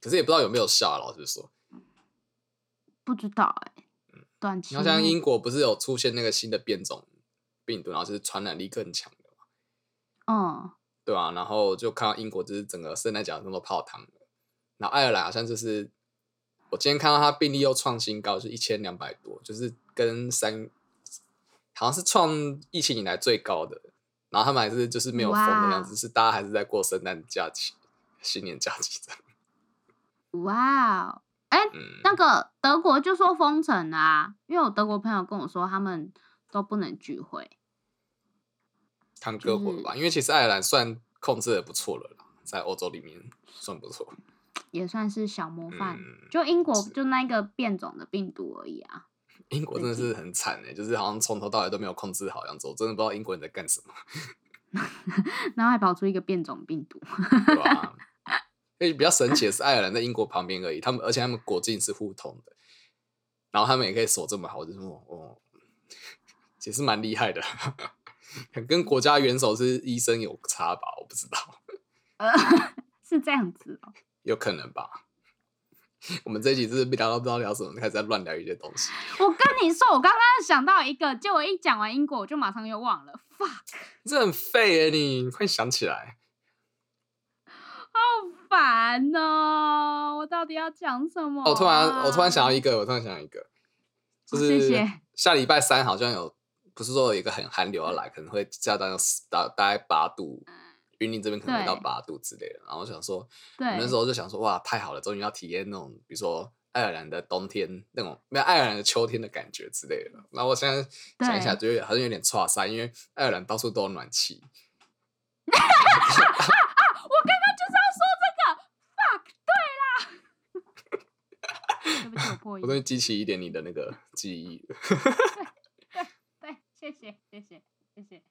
Speaker 3: 可是也不知道有没有效、啊。老实说，
Speaker 2: 不知道哎、短
Speaker 3: 嗯
Speaker 2: 期
Speaker 3: 你要像
Speaker 2: 内
Speaker 3: 英国不是有出现那个新的变种病毒，然后就是传染力更强的嘛，
Speaker 2: 嗯，
Speaker 3: 对啊，然后就看到英国就是整个圣诞节都泡汤了，然后爱尔兰好像就是我今天看到它病例又创新高，就一千两百多，就是跟三好像是创疫情以来最高的，然后他们还是就是没有封的样子，
Speaker 2: 哇
Speaker 3: 是大家还是在过圣诞假期、新年假期这样。
Speaker 2: 哇哦，哎、
Speaker 3: 嗯，
Speaker 2: 那个德国就说封城啊，因为我德国朋友跟我说他们都不能聚会。
Speaker 3: 看各国
Speaker 2: 就是
Speaker 3: 吧，因为其实爱尔兰算控制的不错了啦，在欧洲里面算不错。
Speaker 2: 也算是小模范，
Speaker 3: 嗯
Speaker 2: 就英国
Speaker 3: 是
Speaker 2: 就那个变种的病毒而已啊。
Speaker 3: 英国真的
Speaker 2: 最近
Speaker 3: 是很惨哎、就是好像从头到尾都没有控制好样子，我真的不知道英国人在干什么。
Speaker 2: 然后还跑出一个变种病毒，
Speaker 3: 对吧？因为比较神奇的是，爱尔兰在英国旁边而已，他们而且他们国境是互通的，然后他们也可以守这么好，我就是哦哦，其实蛮厉害的。跟国家元首是医生有差吧？我不知道，
Speaker 2: 呃，是这样子哦、
Speaker 3: 有可能吧。我们这一集就是聊到不知道聊什么，开始在乱聊一些东西。
Speaker 2: 我跟你说，我刚刚想到一个，结果一讲完英国，我就马上又忘了，fuck，
Speaker 3: 这很废哎、你快想起来。
Speaker 2: 好烦哦、我到底要讲什么、啊
Speaker 3: 哦，我突然我突然想到一个，我突然想到一个，就
Speaker 2: 哦谢
Speaker 3: 是
Speaker 2: 谢
Speaker 3: 下礼拜三好像有，不是说有一个很寒流要来，可能会下到大大概八度，云林这边可能会到
Speaker 2: 嗯对
Speaker 3: 八度之类的。然后我想说，我
Speaker 2: 对，
Speaker 3: 那时候就想说，哇，太好了，终于要体验那种，比如说爱尔兰的冬天那种，没有爱尔兰的秋天的感觉之类的。然后我现在想一下，就有点好像有点差塞，因为爱尔兰到处都有暖气。
Speaker 2: 我刚刚就是要说这个，fuck，对啦。对不起，我破
Speaker 3: 我终于
Speaker 2: 音。
Speaker 3: 激起一点你的那 个记忆了。
Speaker 2: 对，谢谢，谢谢，谢谢。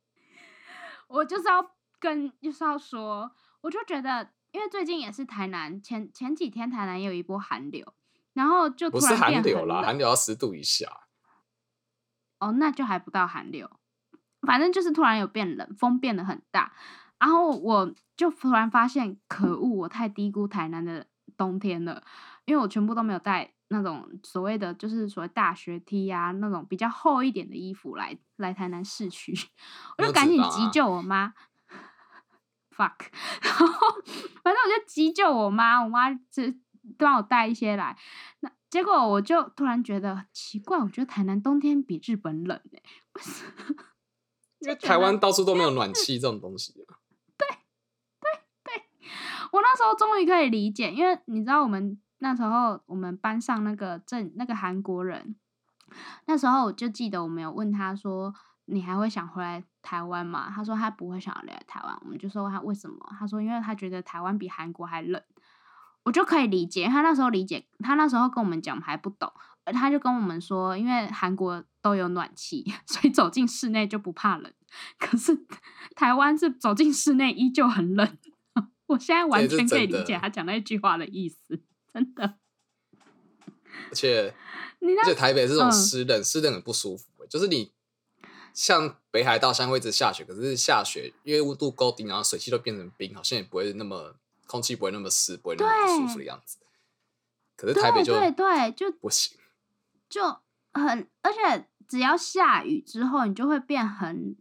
Speaker 2: 我就是要跟，就是要说，我就觉得，因为最近也是台南，前前几天台南也有一波寒流，然后就突
Speaker 3: 不是
Speaker 2: 然变
Speaker 3: 寒流
Speaker 2: 很
Speaker 3: 啦，
Speaker 2: 冷
Speaker 3: 寒流要十度以下。
Speaker 2: 哦，那就还不到寒流，反正就是突然有变冷，风变得很大，然后我就突然发现，可恶，我太低估台南的冬天了，因为我全部都没有带那种所谓的就是所谓大学 T 啊那种比较厚一点的衣服来来台南市区，
Speaker 3: 没
Speaker 2: 我
Speaker 3: 有
Speaker 2: 就赶
Speaker 3: 纸啊
Speaker 2: 紧
Speaker 3: 吧
Speaker 2: 急救我妈。fuck，然 后反正我就急救我妈，我妈只帮我带一些来。那结果我就突然觉得奇怪，我觉得台南冬天比日本冷哎、为什么？
Speaker 3: 因为
Speaker 2: 就觉
Speaker 3: 台
Speaker 2: 得
Speaker 3: 湾到处都没有暖气这种东西啊，
Speaker 2: 我那时候终于可以理解，因为你知道我们那时候我们班上那个正那个韩国人，那时候我就记得我们有问他说。你还会想回来台湾吗？他说他不会想要留在台湾，我们就说他为什么？他说因为他觉得台湾比韩国还冷，我就可以理解。因为他那时候理解，他那时候跟我们讲，我们还不懂，而他就跟我们说，因为韩国都有暖气， 所以走进室内就不怕冷。可是台湾是走进室内依旧很冷。 我现在完
Speaker 3: 这也
Speaker 2: 全
Speaker 3: 是
Speaker 2: 可以
Speaker 3: 真
Speaker 2: 理解
Speaker 3: 的
Speaker 2: 他讲那句话的意思，真的。
Speaker 3: 而且
Speaker 2: 你那
Speaker 3: 而且台北这种
Speaker 2: 嗯
Speaker 3: 湿冷，湿冷很不舒服、欸就是你像北海道像会一直下雪，可是下雪因为温度够低，然后水汽都变成冰，好像也不会那么空气不会那么湿，不会那么不舒服的样子。可是台北
Speaker 2: 对
Speaker 3: 就
Speaker 2: 对对，就
Speaker 3: 不行，
Speaker 2: 就很，而且只要下雨之后，你就会变很，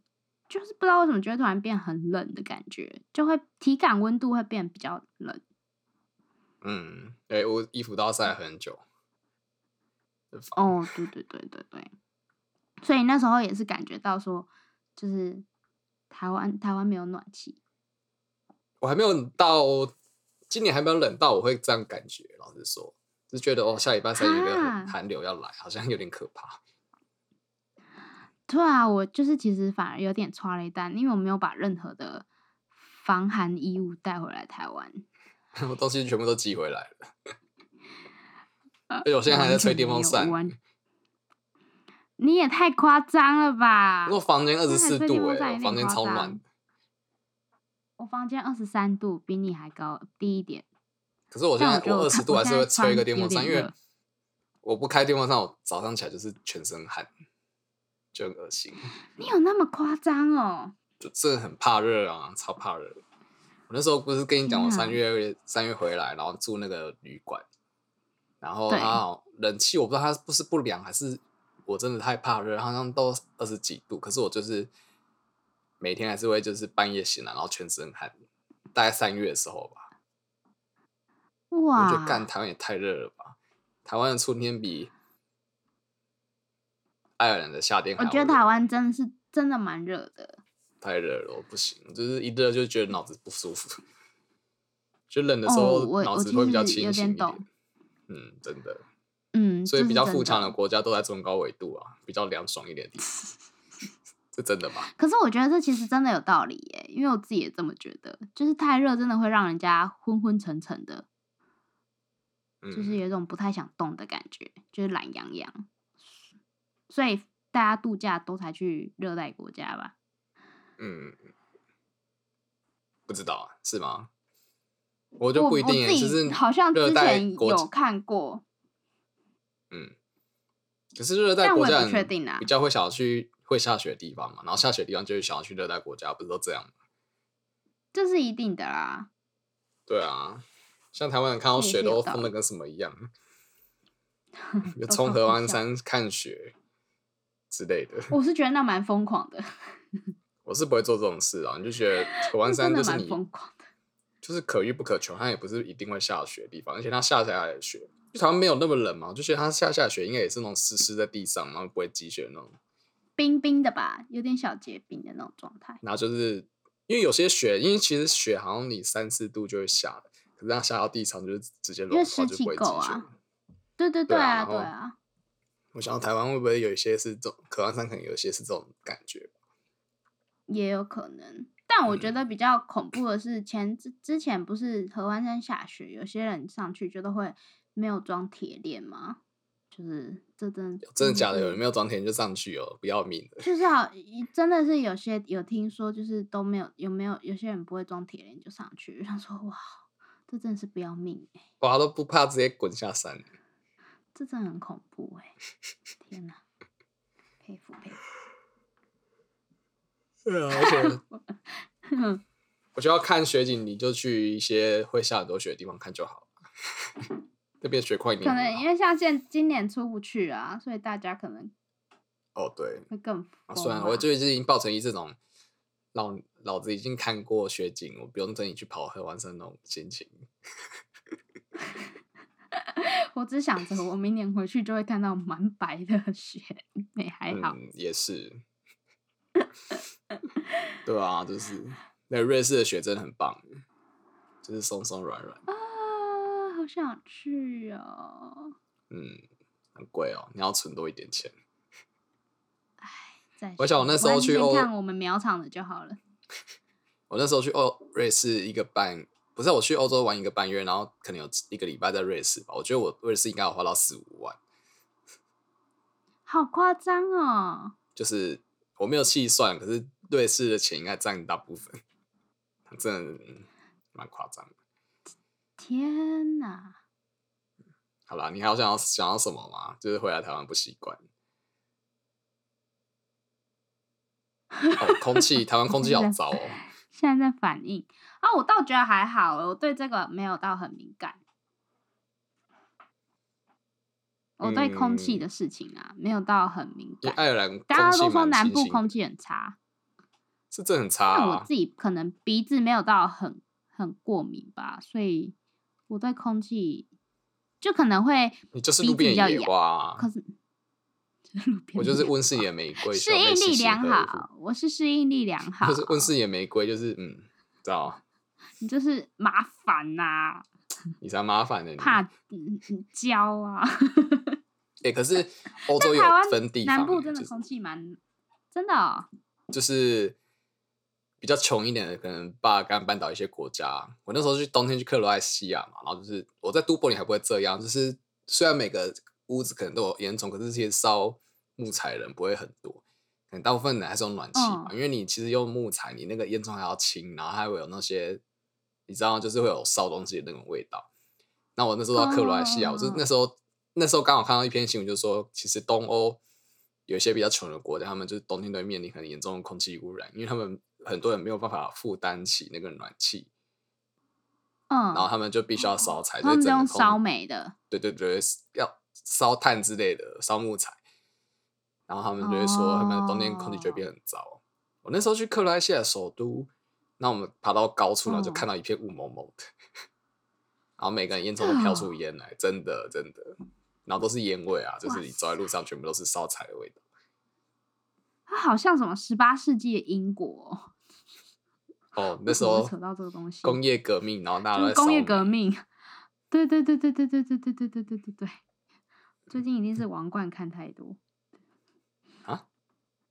Speaker 2: 就是不知道为什么就会突然变很冷的感觉，就会体感温度会变比较冷。
Speaker 3: 嗯，对我衣服都要晒很久。
Speaker 2: 哦，对对对对对，所以那时候也是感觉到说，就是台湾台湾没有暖气，
Speaker 3: 我还没有到今年还没有冷到我会这样感觉，老实说，就觉得哦，下礼拜三有一个
Speaker 2: 啊
Speaker 3: 寒流要来，好像有点可怕。
Speaker 2: 对啊，我就是其实反而有点穿了一单，因为我没有把任何的防寒衣物带回来台湾。
Speaker 3: 我东西全部都寄回来了，
Speaker 2: 呃
Speaker 3: 而且我现在还在
Speaker 2: 完
Speaker 3: 吹
Speaker 2: 全
Speaker 3: 电
Speaker 2: 没
Speaker 3: 风
Speaker 2: 有
Speaker 3: 扇
Speaker 2: 完你也太夸张了吧！
Speaker 3: 我房间二
Speaker 2: 那
Speaker 3: 十
Speaker 2: 还
Speaker 3: 四
Speaker 2: 吹
Speaker 3: 度
Speaker 2: 电风
Speaker 3: 哎、我
Speaker 2: 扇有
Speaker 3: 房
Speaker 2: 点
Speaker 3: 间
Speaker 2: 夸
Speaker 3: 超
Speaker 2: 张
Speaker 3: 暖的，
Speaker 2: 我房间二十三度，比你还高低一点。
Speaker 3: 可是我现
Speaker 2: 但
Speaker 3: 在
Speaker 2: 我觉得
Speaker 3: 我
Speaker 2: 我
Speaker 3: 二十
Speaker 2: 看
Speaker 3: 度
Speaker 2: 我
Speaker 3: 还是
Speaker 2: 现
Speaker 3: 会
Speaker 2: 在
Speaker 3: 吹一个
Speaker 2: 穿
Speaker 3: 电风
Speaker 2: 有
Speaker 3: 扇，因
Speaker 2: 点
Speaker 3: 为
Speaker 2: 热
Speaker 3: 我不开电风扇，我早上起来就是全身汗，就很恶心，
Speaker 2: 你有那么夸张哦？
Speaker 3: 就真的很怕热啊，超怕热。我那时候不是跟你讲，我
Speaker 2: 天
Speaker 3: 三
Speaker 2: 哪
Speaker 3: 月三月回来，然后住那个旅馆，然后
Speaker 2: 对
Speaker 3: 它好冷气我不知道它不是不良还是我真的太怕热，好像都二十几度，可是我就是每天还是会就是半夜醒来，然后全身汗，大概三月的时候吧。我
Speaker 2: 哇！
Speaker 3: 觉得干台湾也太热了吧！台湾的春天比爱尔兰的夏天还
Speaker 2: 我
Speaker 3: 要
Speaker 2: 觉得
Speaker 3: 热
Speaker 2: 台湾真的是真的蛮热的。
Speaker 3: 太热了，我不行，就是一热就觉得脑子不舒服。就冷的时
Speaker 2: 哦，
Speaker 3: 候
Speaker 2: 我
Speaker 3: 脑
Speaker 2: 我
Speaker 3: 子
Speaker 2: 其
Speaker 3: 会比较
Speaker 2: 实
Speaker 3: 清
Speaker 2: 有
Speaker 3: 醒一点。
Speaker 2: 点懂，
Speaker 3: 嗯，真的，
Speaker 2: 嗯，
Speaker 3: 所以
Speaker 2: 这
Speaker 3: 比
Speaker 2: 是
Speaker 3: 较
Speaker 2: 真
Speaker 3: 富强的
Speaker 2: 的
Speaker 3: 国家都在中高纬度啊，比较凉爽一点的地方， 这真的吧？
Speaker 2: 可是我觉得这其实真的有道理耶，因为我自己也这么觉得，就是太热真的会让人家昏昏沉沉的，
Speaker 3: 嗯，
Speaker 2: 就是有一种不太想动的感觉，就是懒洋洋。所以大家度假都才去热带国家吧？
Speaker 3: 嗯，不知道啊，是吗？我就
Speaker 2: 我
Speaker 3: 不一定
Speaker 2: 我
Speaker 3: 耶，
Speaker 2: 自
Speaker 3: 就
Speaker 2: 己
Speaker 3: 是
Speaker 2: 好像
Speaker 3: 热
Speaker 2: 之
Speaker 3: 带
Speaker 2: 前
Speaker 3: 国
Speaker 2: 有看过，
Speaker 3: 可是热带
Speaker 2: 但
Speaker 3: 国
Speaker 2: 我也
Speaker 3: 家
Speaker 2: 不确
Speaker 3: 人
Speaker 2: 定啊
Speaker 3: 比较会想要去会下雪的地方嘛，然后下雪的地方就会想要去热带国家，不是都这样吗？
Speaker 2: 这是一定的啦。
Speaker 3: 对啊，像台湾人看到
Speaker 2: 这也
Speaker 3: 雪
Speaker 2: 是有
Speaker 3: 都
Speaker 2: 道
Speaker 3: 疯的
Speaker 2: 理
Speaker 3: 跟什么一样，就
Speaker 2: 都
Speaker 3: 冲
Speaker 2: 超
Speaker 3: 河
Speaker 2: 级
Speaker 3: 湾
Speaker 2: 像
Speaker 3: 山看雪之类的。
Speaker 2: 我是觉得那蛮疯狂的，
Speaker 3: 我是不会做这种事啊，你就觉得河湾
Speaker 2: 那
Speaker 3: 山
Speaker 2: 真
Speaker 3: 就
Speaker 2: 的
Speaker 3: 是
Speaker 2: 蛮
Speaker 3: 你
Speaker 2: 疯狂的。
Speaker 3: 就是可遇不可求，它也不是一定会下雪的地方，而且它下下来的雪，就台湾没有那么冷嘛，我就觉得它下下的雪应该也是那种湿湿在地上，然后不会积雪的那种。
Speaker 2: 冰冰的吧，有点小结冰的那种状态。
Speaker 3: 然后就是因为有些雪，因为其实雪好像你三四度就会下了，可是它下到地上就是直接融
Speaker 2: 因为
Speaker 3: 化，
Speaker 2: 湿
Speaker 3: 就不
Speaker 2: 气
Speaker 3: 会积
Speaker 2: 够
Speaker 3: 雪
Speaker 2: 啊
Speaker 3: 了。
Speaker 2: 对对
Speaker 3: 对
Speaker 2: 对
Speaker 3: 啊
Speaker 2: 啊，
Speaker 3: 然后
Speaker 2: 对啊，
Speaker 3: 我想到台湾会不会有一些是这种，可望山可能有一些是这种感觉。
Speaker 2: 也有可能。但我觉
Speaker 3: 嗯
Speaker 2: 得比较恐怖的是前之之前不是合欢山下雪，有些人上去就都会没有装铁链吗？就是这真
Speaker 3: 真的假的？有人
Speaker 2: 是
Speaker 3: 没有装填就上去哦，不要命的。
Speaker 2: 就是好，真的是有些有听说，就是都没有，有没有有些人不会装铁链就上去，我想说哇，这真的是不要命哎、
Speaker 3: 哇，他都不怕，直接滚下山。
Speaker 2: 这真的很恐怖 哎、天哪，佩服佩
Speaker 3: 嗯
Speaker 2: 服，
Speaker 3: 对啊，而且
Speaker 2: 哼
Speaker 3: 我觉得要看雪景，你就去一些会下很多雪的地方看就好了。这边雪况一定
Speaker 2: 可
Speaker 3: 很
Speaker 2: 能
Speaker 3: 好
Speaker 2: 因为像现今年出不去啊，所以大家可能
Speaker 3: 哦，对，
Speaker 2: 会更
Speaker 3: 啊，
Speaker 2: 疯
Speaker 3: 算了，
Speaker 2: 吧
Speaker 3: 我就已经抱成一这种老老子已经看过雪景，我不用跟你去跑合欢山那种心情。
Speaker 2: 我只想着我明年回去就会看到蛮白的 雪，也还好。
Speaker 3: 嗯，也 是。对啊，就是那瑞士的雪真的很棒，就是松松软软，
Speaker 2: 啊，好想去哦！
Speaker 3: 嗯，很贵哦，你要存多一点钱。
Speaker 2: 再
Speaker 3: 我想我
Speaker 2: 说
Speaker 3: 那时候
Speaker 2: 关
Speaker 3: 去
Speaker 2: 键
Speaker 3: 欧
Speaker 2: 看我们苗场的就好了。
Speaker 3: 我那时候去欧瑞士一个半，不是我去欧洲玩一个半月，然后可能有一个礼拜在瑞士吧。我觉得我瑞士应该有花到四五万，
Speaker 2: 好夸张哦！
Speaker 3: 就是我没有细算，可是瑞士的钱应该占大部分， 真的嗯蛮夸张的。
Speaker 2: 天哪，
Speaker 3: 好啦，你还有想要想要什么吗？就是回来台湾不习惯。哦，空 气，台湾空气好糟哦。
Speaker 2: 现在在反应啊！我倒觉得还好，我对这个没有到很敏感。我对空气
Speaker 3: 嗯
Speaker 2: 的事情啊，没有到很敏
Speaker 3: 因为
Speaker 2: 感。
Speaker 3: 爱尔兰空气
Speaker 2: 大家都说
Speaker 3: 蛮
Speaker 2: 南
Speaker 3: 清
Speaker 2: 部
Speaker 3: 新
Speaker 2: 空
Speaker 3: 的
Speaker 2: 气很差，
Speaker 3: 是真的很差、
Speaker 2: 但我
Speaker 3: 啊
Speaker 2: 自。己可能鼻子没有到很很过敏吧，所以我对空气就可能会
Speaker 3: 你就是
Speaker 2: 鼻
Speaker 3: 路
Speaker 2: 子
Speaker 3: 边
Speaker 2: 比较
Speaker 3: 野
Speaker 2: 痒
Speaker 3: 花、啊，
Speaker 2: 可是 路边
Speaker 3: 我就是
Speaker 2: 野
Speaker 3: 温室
Speaker 2: 花
Speaker 3: 野玫瑰，需
Speaker 2: 适
Speaker 3: 要被
Speaker 2: 应
Speaker 3: 细
Speaker 2: 力
Speaker 3: 心
Speaker 2: 良
Speaker 3: 呵护
Speaker 2: 好，我是适应力良 好，
Speaker 3: 就是温室野玫瑰，就是嗯，知道
Speaker 2: 你就是麻烦呐、
Speaker 3: 你才麻烦的你。
Speaker 2: 怕嗯嗯焦啊。
Speaker 3: 哎、可 是欧洲有
Speaker 2: 台湾
Speaker 3: 分地方欸，
Speaker 2: 南部真的
Speaker 3: 就是
Speaker 2: 空气蛮真的、哦，
Speaker 3: 就是比较穷一点的，可能巴尔干半岛一些国家。我那时候去冬天去克罗埃西亚嘛，然后就是我在都柏林还不会这样，就是虽然每个屋子可能都有烟囱，可是这些烧木材的人不会很多，可能大部分人还是用暖气嘛，
Speaker 2: 嗯
Speaker 3: 因为你其实用木材，你那个烟囱还要清，然后还会有那些你知道就是会有烧东西的那种味道。那我那时候到克罗埃西亚，我是
Speaker 2: 哦
Speaker 3: 那时候那时候刚好看到一篇新闻，就是说其实东欧有一些比较穷的国家，他们就是冬天都会面临很严重的空气污染，因为他们很多人没有办法负担起那个暖气，
Speaker 2: 嗯，
Speaker 3: 然后他们就必须要烧柴，就
Speaker 2: 哦他
Speaker 3: 是
Speaker 2: 们
Speaker 3: 整
Speaker 2: 都
Speaker 3: 个
Speaker 2: 用
Speaker 3: 空
Speaker 2: 烧煤的，
Speaker 3: 对对对，要烧炭之类的，烧木材。然后他们就会说，他们冬天空气就会变很糟。我那时候去克罗埃西亚首都，那我们爬到高处，然后就
Speaker 2: 哦
Speaker 3: 看到一片雾蒙蒙的，然后每个人烟囱都飘出
Speaker 2: 啊
Speaker 3: 烟来，真的真的，然后都是烟味啊，就是
Speaker 2: 哇
Speaker 3: 你走在路上全部都是烧柴的味道。
Speaker 2: 它好像什么十八世纪的英国哦、
Speaker 3: 哦，那
Speaker 2: 为
Speaker 3: 时
Speaker 2: 什么会
Speaker 3: 候
Speaker 2: 扯到这个东西
Speaker 3: 工业革命，然后大家
Speaker 2: 就
Speaker 3: 都
Speaker 2: 是
Speaker 3: 在
Speaker 2: 工业
Speaker 3: 烧
Speaker 2: 革
Speaker 3: 煤，
Speaker 2: 命。对对对对对对对对对对对对对。最近一定是王冠看太多。
Speaker 3: 啊？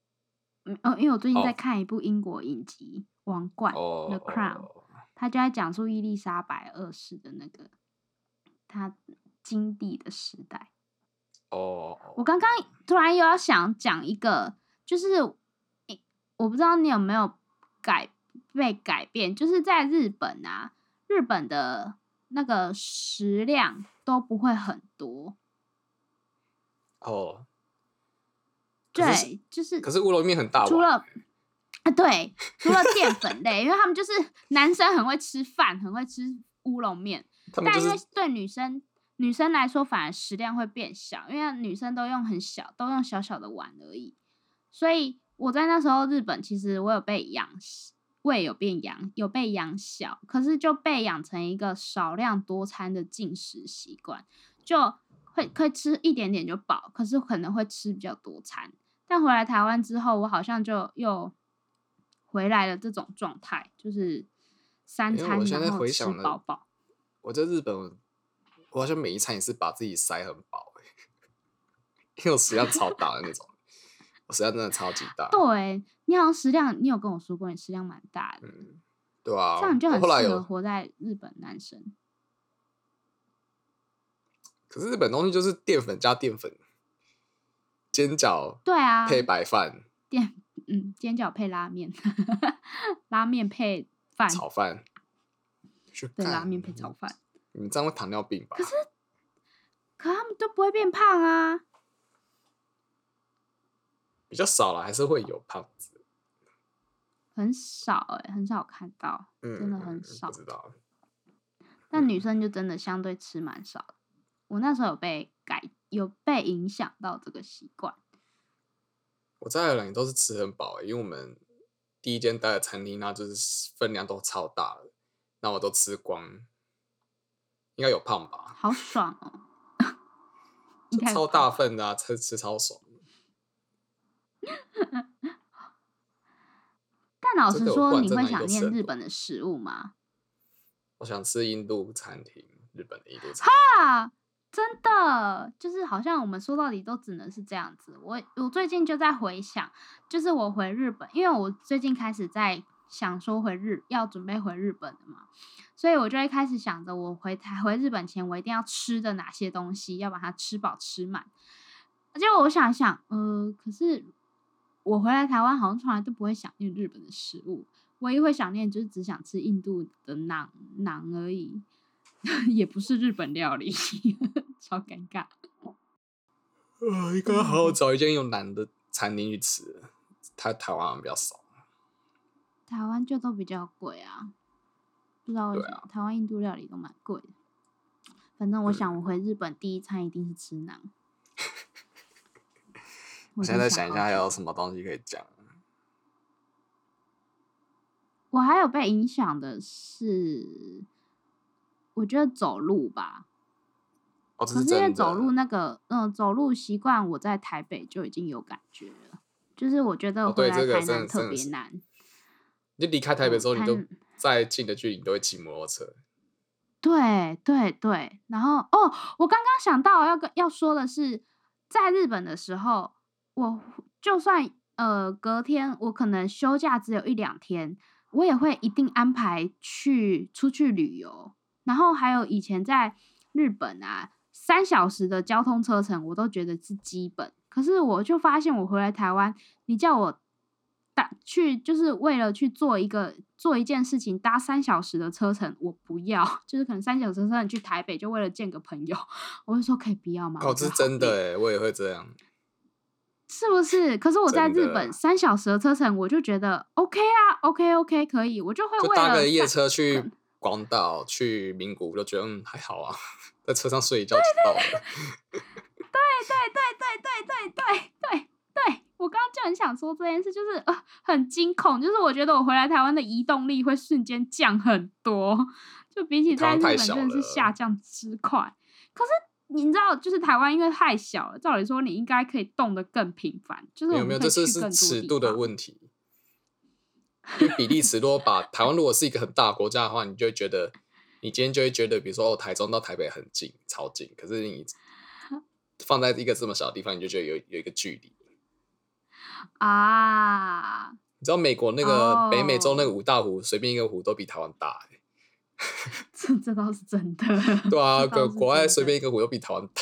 Speaker 2: 嗯哦，因为我最近在
Speaker 3: 哦
Speaker 2: 看一部英国影集《王冠》
Speaker 3: 哦
Speaker 2: The Crown》，
Speaker 3: 哦
Speaker 2: 他就在讲述伊丽莎白二世的那个她金帝的时代。
Speaker 3: 哦，
Speaker 2: 我刚刚突然又要想讲一个，就是诶我不知道你有没有改被改变，就是在日本啊，日本的那个食量都不会很多，
Speaker 3: 哦，可是
Speaker 2: 对，就是
Speaker 3: 可是乌龙面很大
Speaker 2: 除
Speaker 3: 碗
Speaker 2: 了。啊，对，除了淀粉类，因为他们就是男生很会吃饭，很会吃乌龙面，
Speaker 3: 他们
Speaker 2: 但
Speaker 3: 就
Speaker 2: 因为
Speaker 3: 是
Speaker 2: 对女生女生来说，反而食量会变小，因为女生都用很小，都用小小的碗而已。所以我在那时候日本，其实我有被养胃有变养，有被养小，可是就被养成一个少量多餐的进食习惯，就会会吃一点点就饱，可是可能会吃比较多餐。但回来台湾之后，我好像就又回来了这种状态，就是三
Speaker 3: 因为
Speaker 2: 餐
Speaker 3: 我现在
Speaker 2: 然后
Speaker 3: 回
Speaker 2: 吃
Speaker 3: 想了
Speaker 2: 饱饱。
Speaker 3: 我在日本，我我好像每一餐也是把自己塞很饱、欸，因为我食量超大的那种，我食量真的超级大。
Speaker 2: 对，你好像食量，你有跟我说过你食量蛮大的，
Speaker 3: 嗯，对啊，
Speaker 2: 这样你就
Speaker 3: 我
Speaker 2: 很
Speaker 3: 后来
Speaker 2: 适合
Speaker 3: 有，
Speaker 2: 活在日本男生。
Speaker 3: 可是日本东西就是淀粉加淀粉，煎饺
Speaker 2: 对啊，
Speaker 3: 配白饭、
Speaker 2: 店嗯煎饺配拉面， 拉面配饭，
Speaker 3: 炒饭，去
Speaker 2: 对，拉
Speaker 3: 干
Speaker 2: 面配炒饭。
Speaker 3: 你这样会糖尿病吧？
Speaker 2: 可他们都不会变胖啊，
Speaker 3: 比较少了，还是会有胖子。
Speaker 2: 很少哎、很少看到，
Speaker 3: 嗯，
Speaker 2: 真的
Speaker 3: 嗯
Speaker 2: 很
Speaker 3: 嗯
Speaker 2: 少
Speaker 3: 不知道，
Speaker 2: 但
Speaker 3: 嗯
Speaker 2: 女生就真的相对吃蛮少的。我那时候有被改，有被影响到这个习惯。
Speaker 3: 我在爱尔兰也都是吃很饱、欸，因为我们第一间待的餐厅，那就是分量都超大了，那我都吃光，应该有胖吧？
Speaker 2: 好爽哦！
Speaker 3: 就
Speaker 2: 应该有
Speaker 3: 超
Speaker 2: 胖
Speaker 3: 大
Speaker 2: 吧
Speaker 3: 份的、啊，吃吃超爽。
Speaker 2: 但老
Speaker 3: 这
Speaker 2: 实
Speaker 3: 个我
Speaker 2: 说，
Speaker 3: 不然
Speaker 2: 你
Speaker 3: 真
Speaker 2: 会
Speaker 3: 的
Speaker 2: 想
Speaker 3: 有
Speaker 2: 念
Speaker 3: 深
Speaker 2: 日
Speaker 3: 度
Speaker 2: 本的食物吗？
Speaker 3: 我想吃印度餐厅，日本的印度餐
Speaker 2: 啊，真的，就是好像我们说到底都只能是这样子。我我最近就在回想，就是我回日本，因为我最近开始在想说回日要准备回日本了嘛，所以我就会开始想着我回台回日本前我一定要吃的哪些东西，要把它吃饱吃满。而且我想一想，呃，可是我回来台湾好像从来都不会想念日本的食物，唯一会想念就是只想吃印度的馕馕而已， 也不是日本料理， 超尴尬。
Speaker 3: 厅。啊，应该好好找一间有男的餐厅去吃了，他台湾好像比较少。
Speaker 2: 台湾就都比较贵啊，不知道为
Speaker 3: 对啊
Speaker 2: 什么、台湾印度料理都蛮贵的。反正我
Speaker 3: 啊
Speaker 2: 想，我回日本第一餐一定是吃馕。
Speaker 3: 我
Speaker 2: 已
Speaker 3: 现
Speaker 2: 经
Speaker 3: 在想一
Speaker 2: 好
Speaker 3: 下还
Speaker 2: 久
Speaker 3: 有
Speaker 2: 了
Speaker 3: 什么东西可以讲。
Speaker 2: 我还有被影响的是，我觉得走路吧，
Speaker 3: 哦，这
Speaker 2: 可
Speaker 3: 是
Speaker 2: 是因为
Speaker 3: 真的。
Speaker 2: 走路那个，嗯，走路习惯我在台北就已经有感觉了，就是我觉得
Speaker 3: 哦
Speaker 2: 回
Speaker 3: 对
Speaker 2: 来
Speaker 3: 这个
Speaker 2: 台
Speaker 3: 真
Speaker 2: 南
Speaker 3: 的
Speaker 2: 特
Speaker 3: 真的
Speaker 2: 别
Speaker 3: 是
Speaker 2: 难。
Speaker 3: 你就离开台北
Speaker 2: 嗯
Speaker 3: 之后，你
Speaker 2: 台
Speaker 3: 就
Speaker 2: 南
Speaker 3: 再近的距离，你都会骑摩托车。
Speaker 2: 哦对对对，然后哦，我刚刚想到要跟要说的是，在日本的时候，我就算呃隔天我可能休假只有一两天，我也会一定安排去出去旅游。然后还有以前在日本啊，三小时的交通车程我都觉得是基本，可是我就发现我回来台湾，你叫我搭去，就是为了去做一个做一件事情，搭三小时的车程，我不要。 就是可能三小时车程去台北，就为了见个朋友， 我会说可以不要吗？
Speaker 3: 哦，
Speaker 2: 我
Speaker 3: 这是
Speaker 2: 觉得好
Speaker 3: 真
Speaker 2: 累
Speaker 3: 的哎，我也会这样。
Speaker 2: 是不是？可是我在
Speaker 3: 真
Speaker 2: 日
Speaker 3: 的
Speaker 2: 本三小时的车程，我就觉得 OK 啊，OK OK 可以，我就会嗯
Speaker 3: 就
Speaker 2: 为
Speaker 3: 搭
Speaker 2: 了
Speaker 3: 个夜
Speaker 2: 散
Speaker 3: 车去广岛、去名古屋，就觉得嗯还好啊，在车上睡一觉就到了。
Speaker 2: 对对对对对对对对，我刚刚就很想说这件事，就是呃很惊恐，就是我觉得我回来台湾的移动力会瞬间降很多，就比起
Speaker 3: 台
Speaker 2: 在
Speaker 3: 湾太
Speaker 2: 日本
Speaker 3: 小
Speaker 2: 真的是
Speaker 3: 了
Speaker 2: 下降之快。可是你知道，就是台湾因为太小了，照理说你应该可以动得更频繁，就是
Speaker 3: 没
Speaker 2: 我
Speaker 3: 有
Speaker 2: 们
Speaker 3: 没有，
Speaker 2: 可以
Speaker 3: 这是
Speaker 2: 去
Speaker 3: 是
Speaker 2: 更多
Speaker 3: 尺
Speaker 2: 地
Speaker 3: 度的
Speaker 2: 方
Speaker 3: 问题。因为比例尺如果把台湾如果是一个很大的国家的话，你就会觉得，你今天就会觉得，比如说哦，台中到台北很近，超近，可是你放在一个这么小的地方，你就觉得有有一个距离。
Speaker 2: 啊。
Speaker 3: 你知道美国那个北美洲那
Speaker 2: 哦
Speaker 3: 个五大湖，随便一个湖都比台湾大、欸，
Speaker 2: 这这倒是真的。
Speaker 3: 对啊，
Speaker 2: 嗯这倒
Speaker 3: 国
Speaker 2: 是
Speaker 3: 国外
Speaker 2: 真
Speaker 3: 随
Speaker 2: 的
Speaker 3: 便一个湖都比台湾大。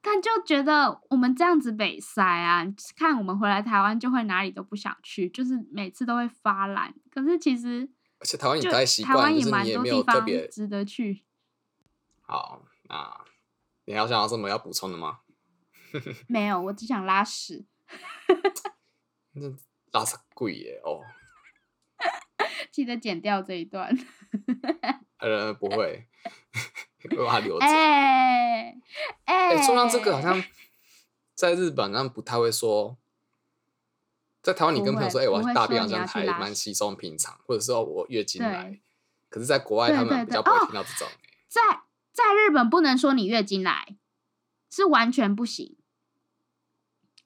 Speaker 2: 但就觉得我们这样子北塞啊，看我们回来台湾就会哪里都不想去，就是每次都会发懒。可是其实
Speaker 3: 而且台湾你
Speaker 2: 就
Speaker 3: 不太习
Speaker 2: 台湾
Speaker 3: 惯，就
Speaker 2: 也
Speaker 3: 是
Speaker 2: 蛮
Speaker 3: 你也
Speaker 2: 多
Speaker 3: 没有
Speaker 2: 地
Speaker 3: 特
Speaker 2: 方
Speaker 3: 别
Speaker 2: 值得去。
Speaker 3: 好。那你还有想到什么要补充的吗？
Speaker 2: 没有，我只想拉屎。
Speaker 3: 那拉萨贵耶哦，
Speaker 2: 记得剪掉这一段。
Speaker 3: 呃，不会， 我把它留着。
Speaker 2: 哎
Speaker 3: 哎、
Speaker 2: 哎，
Speaker 3: 说到这个，好像在日本好像不太会说，在台湾你
Speaker 2: 不
Speaker 3: 跟朋友
Speaker 2: 会
Speaker 3: 说，哎、我
Speaker 2: 不会
Speaker 3: 大便
Speaker 2: 说
Speaker 3: 好
Speaker 2: 你
Speaker 3: 像
Speaker 2: 要去
Speaker 3: 还
Speaker 2: 拉
Speaker 3: 蛮
Speaker 2: 屎
Speaker 3: 稀松平常，或者是哦我月经来
Speaker 2: 对，
Speaker 3: 可是，在国外
Speaker 2: 对
Speaker 3: 他们
Speaker 2: 对
Speaker 3: 比
Speaker 2: 对
Speaker 3: 较不会
Speaker 2: 哦
Speaker 3: 听到这种、
Speaker 2: 在在日本不能说你月经来，是完全不行。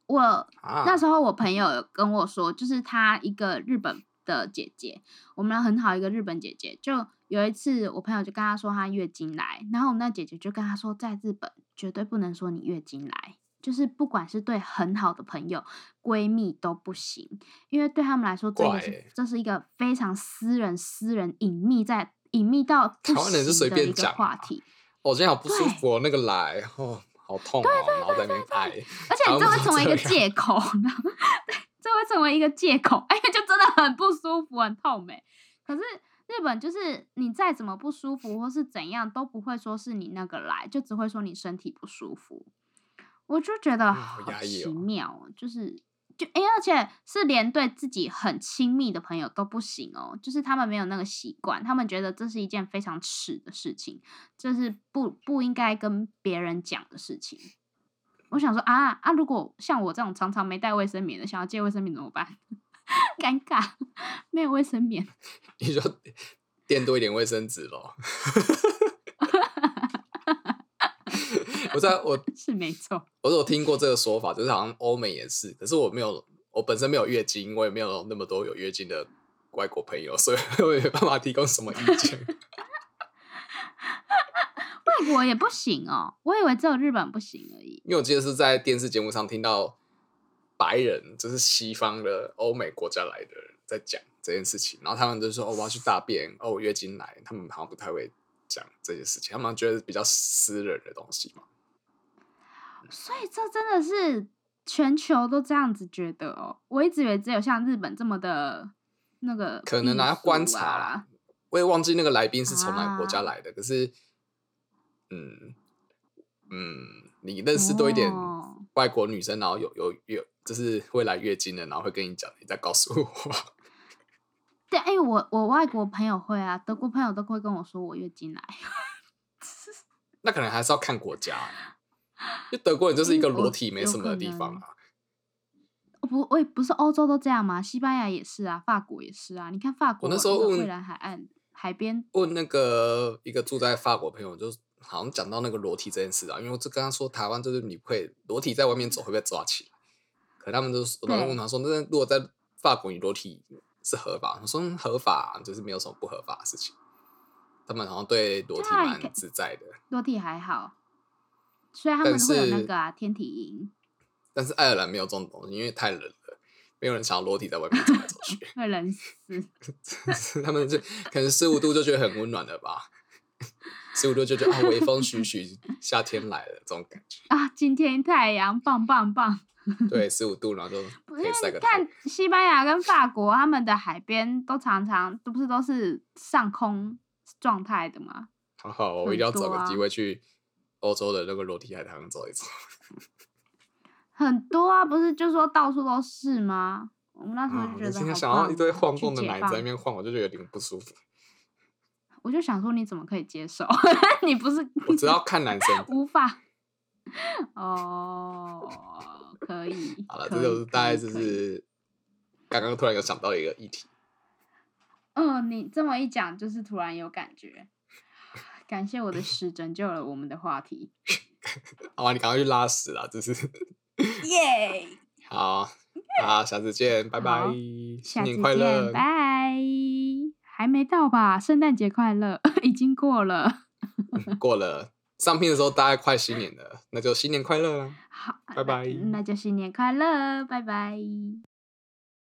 Speaker 2: 我
Speaker 3: 啊。
Speaker 2: 那时候我朋友有跟我说，就是她一个日本的姐姐，我们很好一个日本姐姐，就有一次我朋友就跟她说她月经来，然后我们那姐姐就跟她说，在日本绝对不能说你月经来，就是不管是对很好的朋友、闺蜜都不行，因为对他们来说，这
Speaker 3: 怪
Speaker 2: 个是
Speaker 3: 欸
Speaker 2: 这是一个非常私人、私人隐秘在隐秘到不
Speaker 3: 台湾人就
Speaker 2: 行
Speaker 3: 随
Speaker 2: 的
Speaker 3: 便
Speaker 2: 一个
Speaker 3: 讲
Speaker 2: 话
Speaker 3: 啊
Speaker 2: 题。
Speaker 3: 我今天好不舒服哦，那个来哦，好痛哦，然后在那边挨，
Speaker 2: 而且你这会成为一
Speaker 3: 台湾人都这
Speaker 2: 个
Speaker 3: 样
Speaker 2: 借口，然后 对，这会成为一个借口， 哎，就真的很不舒服，很痛哎。可是日本就是你再怎么不舒服或是怎样，都不会说是你那个来，就只会说你身体不舒服。我就觉得
Speaker 3: 嗯
Speaker 2: 好
Speaker 3: 好压抑
Speaker 2: 奇
Speaker 3: 哦
Speaker 2: 妙哦，就是就哎、而且是连对自己很亲密的朋友都不行哦，就是他们没有那个习惯，他们觉得这是一件非常耻的事情，这是不不应该跟别人讲的事情。我想说啊啊，如果像我这种常常没带卫生棉的，想要借卫生棉怎么办？ 尴尬，没有卫生棉。
Speaker 3: 你就垫多一点卫生纸咯。我在我
Speaker 2: 是没错，
Speaker 3: 我有听过这个说法，就是好像欧美也是，可是我没有，我本身没有月经，我也没有那么多有月经的外国朋友，所以我也没办法提供什么意见。
Speaker 2: 外国也不行哦，我以为只有日本不行而已。
Speaker 3: 因为我记得是在电视节目上听到白人，就是西方的欧美国家来的人在讲这件事情，然后他们就说：“哦，我要去大便，哦，我月经来。”他们好像不太会讲这些事情，他们好像觉得比较私人的东西嘛。
Speaker 2: 所以这真的是全球都这样子觉得哦。我一直以为只有像日本这么的那个、
Speaker 3: 可能啊要观察啦
Speaker 2: 啦。
Speaker 3: 我也忘记那个来宾是从哪个国
Speaker 2: 啊
Speaker 3: 家来的，可是，嗯嗯，你认识多一点
Speaker 2: 哦
Speaker 3: 外国女生，然后有有有，就是会来月经的，然后会跟你讲，你再告诉我。
Speaker 2: 对，哎、我我外国朋友会啊，德国朋友都会跟我说我月经来。
Speaker 3: 那可能还是要看国家，因为德国人就是一个裸体没什么的地方
Speaker 2: 嗯嗯有
Speaker 3: 啊。
Speaker 2: 哦不，我也不是欧洲都这样吗？西班牙也是啊，法国也是啊。你看法国
Speaker 3: 那时候
Speaker 2: 蔚
Speaker 3: 问
Speaker 2: 蓝海岸海边，
Speaker 3: 问那个一个住在法国朋友，就是好像讲到那个裸体这件事啊，因为我就跟他说，台湾就是你会裸体在外面走会被抓起来，可他们就是我
Speaker 2: 对
Speaker 3: 就问他说，那如果在法国你裸体是合法？我说嗯合法啊，就是没有什么不合法的事情。他们好像对裸体
Speaker 2: 对啊你
Speaker 3: 蛮
Speaker 2: 看
Speaker 3: 自在的，
Speaker 2: 落地还好，虽然他
Speaker 3: 但
Speaker 2: 们会有那
Speaker 3: 是
Speaker 2: 个啊天体营，
Speaker 3: 但是爱尔兰没有这种东西，因为太冷了，没有人想要裸体在外面走来走去。
Speaker 2: 会冷死。
Speaker 3: 他们就可能十五度就觉得很温暖了吧， 十五度就觉得啊，微风徐徐，夏天来了这种感觉。
Speaker 2: 啊，今天太阳棒棒棒！
Speaker 3: 对，十五度，然后就
Speaker 2: 不
Speaker 3: 可
Speaker 2: 是
Speaker 3: 以晒
Speaker 2: 你
Speaker 3: 个太
Speaker 2: 看
Speaker 3: 阳。
Speaker 2: 西班牙跟法国，他们的海边都常常都不是都是上空状态的吗？
Speaker 3: 好好，我
Speaker 2: 很
Speaker 3: 一定要找个
Speaker 2: 多啊
Speaker 3: 机会去欧洲的那个裸体海滩走一走。
Speaker 2: 很多啊，不是就说到处都是吗？我们那时候
Speaker 3: 啊
Speaker 2: 就，
Speaker 3: 我就
Speaker 2: 觉得
Speaker 3: 今
Speaker 2: 好
Speaker 3: 天想到
Speaker 2: 棒
Speaker 3: 一堆
Speaker 2: 哦
Speaker 3: 晃
Speaker 2: 去
Speaker 3: 动的
Speaker 2: 解
Speaker 3: 奶
Speaker 2: 放
Speaker 3: 在那边晃，我就觉得有点不舒服。
Speaker 2: 我就想说，你怎么可以接受？ 你不是
Speaker 3: 我只 要看男生的。
Speaker 2: 无法哦，可以。
Speaker 3: 好了，
Speaker 2: 可
Speaker 3: 这就是
Speaker 2: 以
Speaker 3: 大概
Speaker 2: 可以
Speaker 3: 就
Speaker 2: 可以
Speaker 3: 是刚刚突然有想到一个议题。
Speaker 2: 嗯，你这么一讲，就是突然有感觉。 感谢我的屎拯救了我们的 话题，
Speaker 3: 好啊，你赶快去拉屎啦！这是
Speaker 2: 耶！
Speaker 3: 好，好，下次见，拜拜
Speaker 2: 好，
Speaker 3: 新
Speaker 2: 下次
Speaker 3: 年
Speaker 2: 见
Speaker 3: 快乐，，
Speaker 2: 拜！还没到吧？圣诞节快乐， 已经过了。
Speaker 3: 嗯过了上片的时候，大概快新年了，那就新年快乐啦！
Speaker 2: 好，
Speaker 3: 拜拜
Speaker 2: 那就新年快乐，拜拜。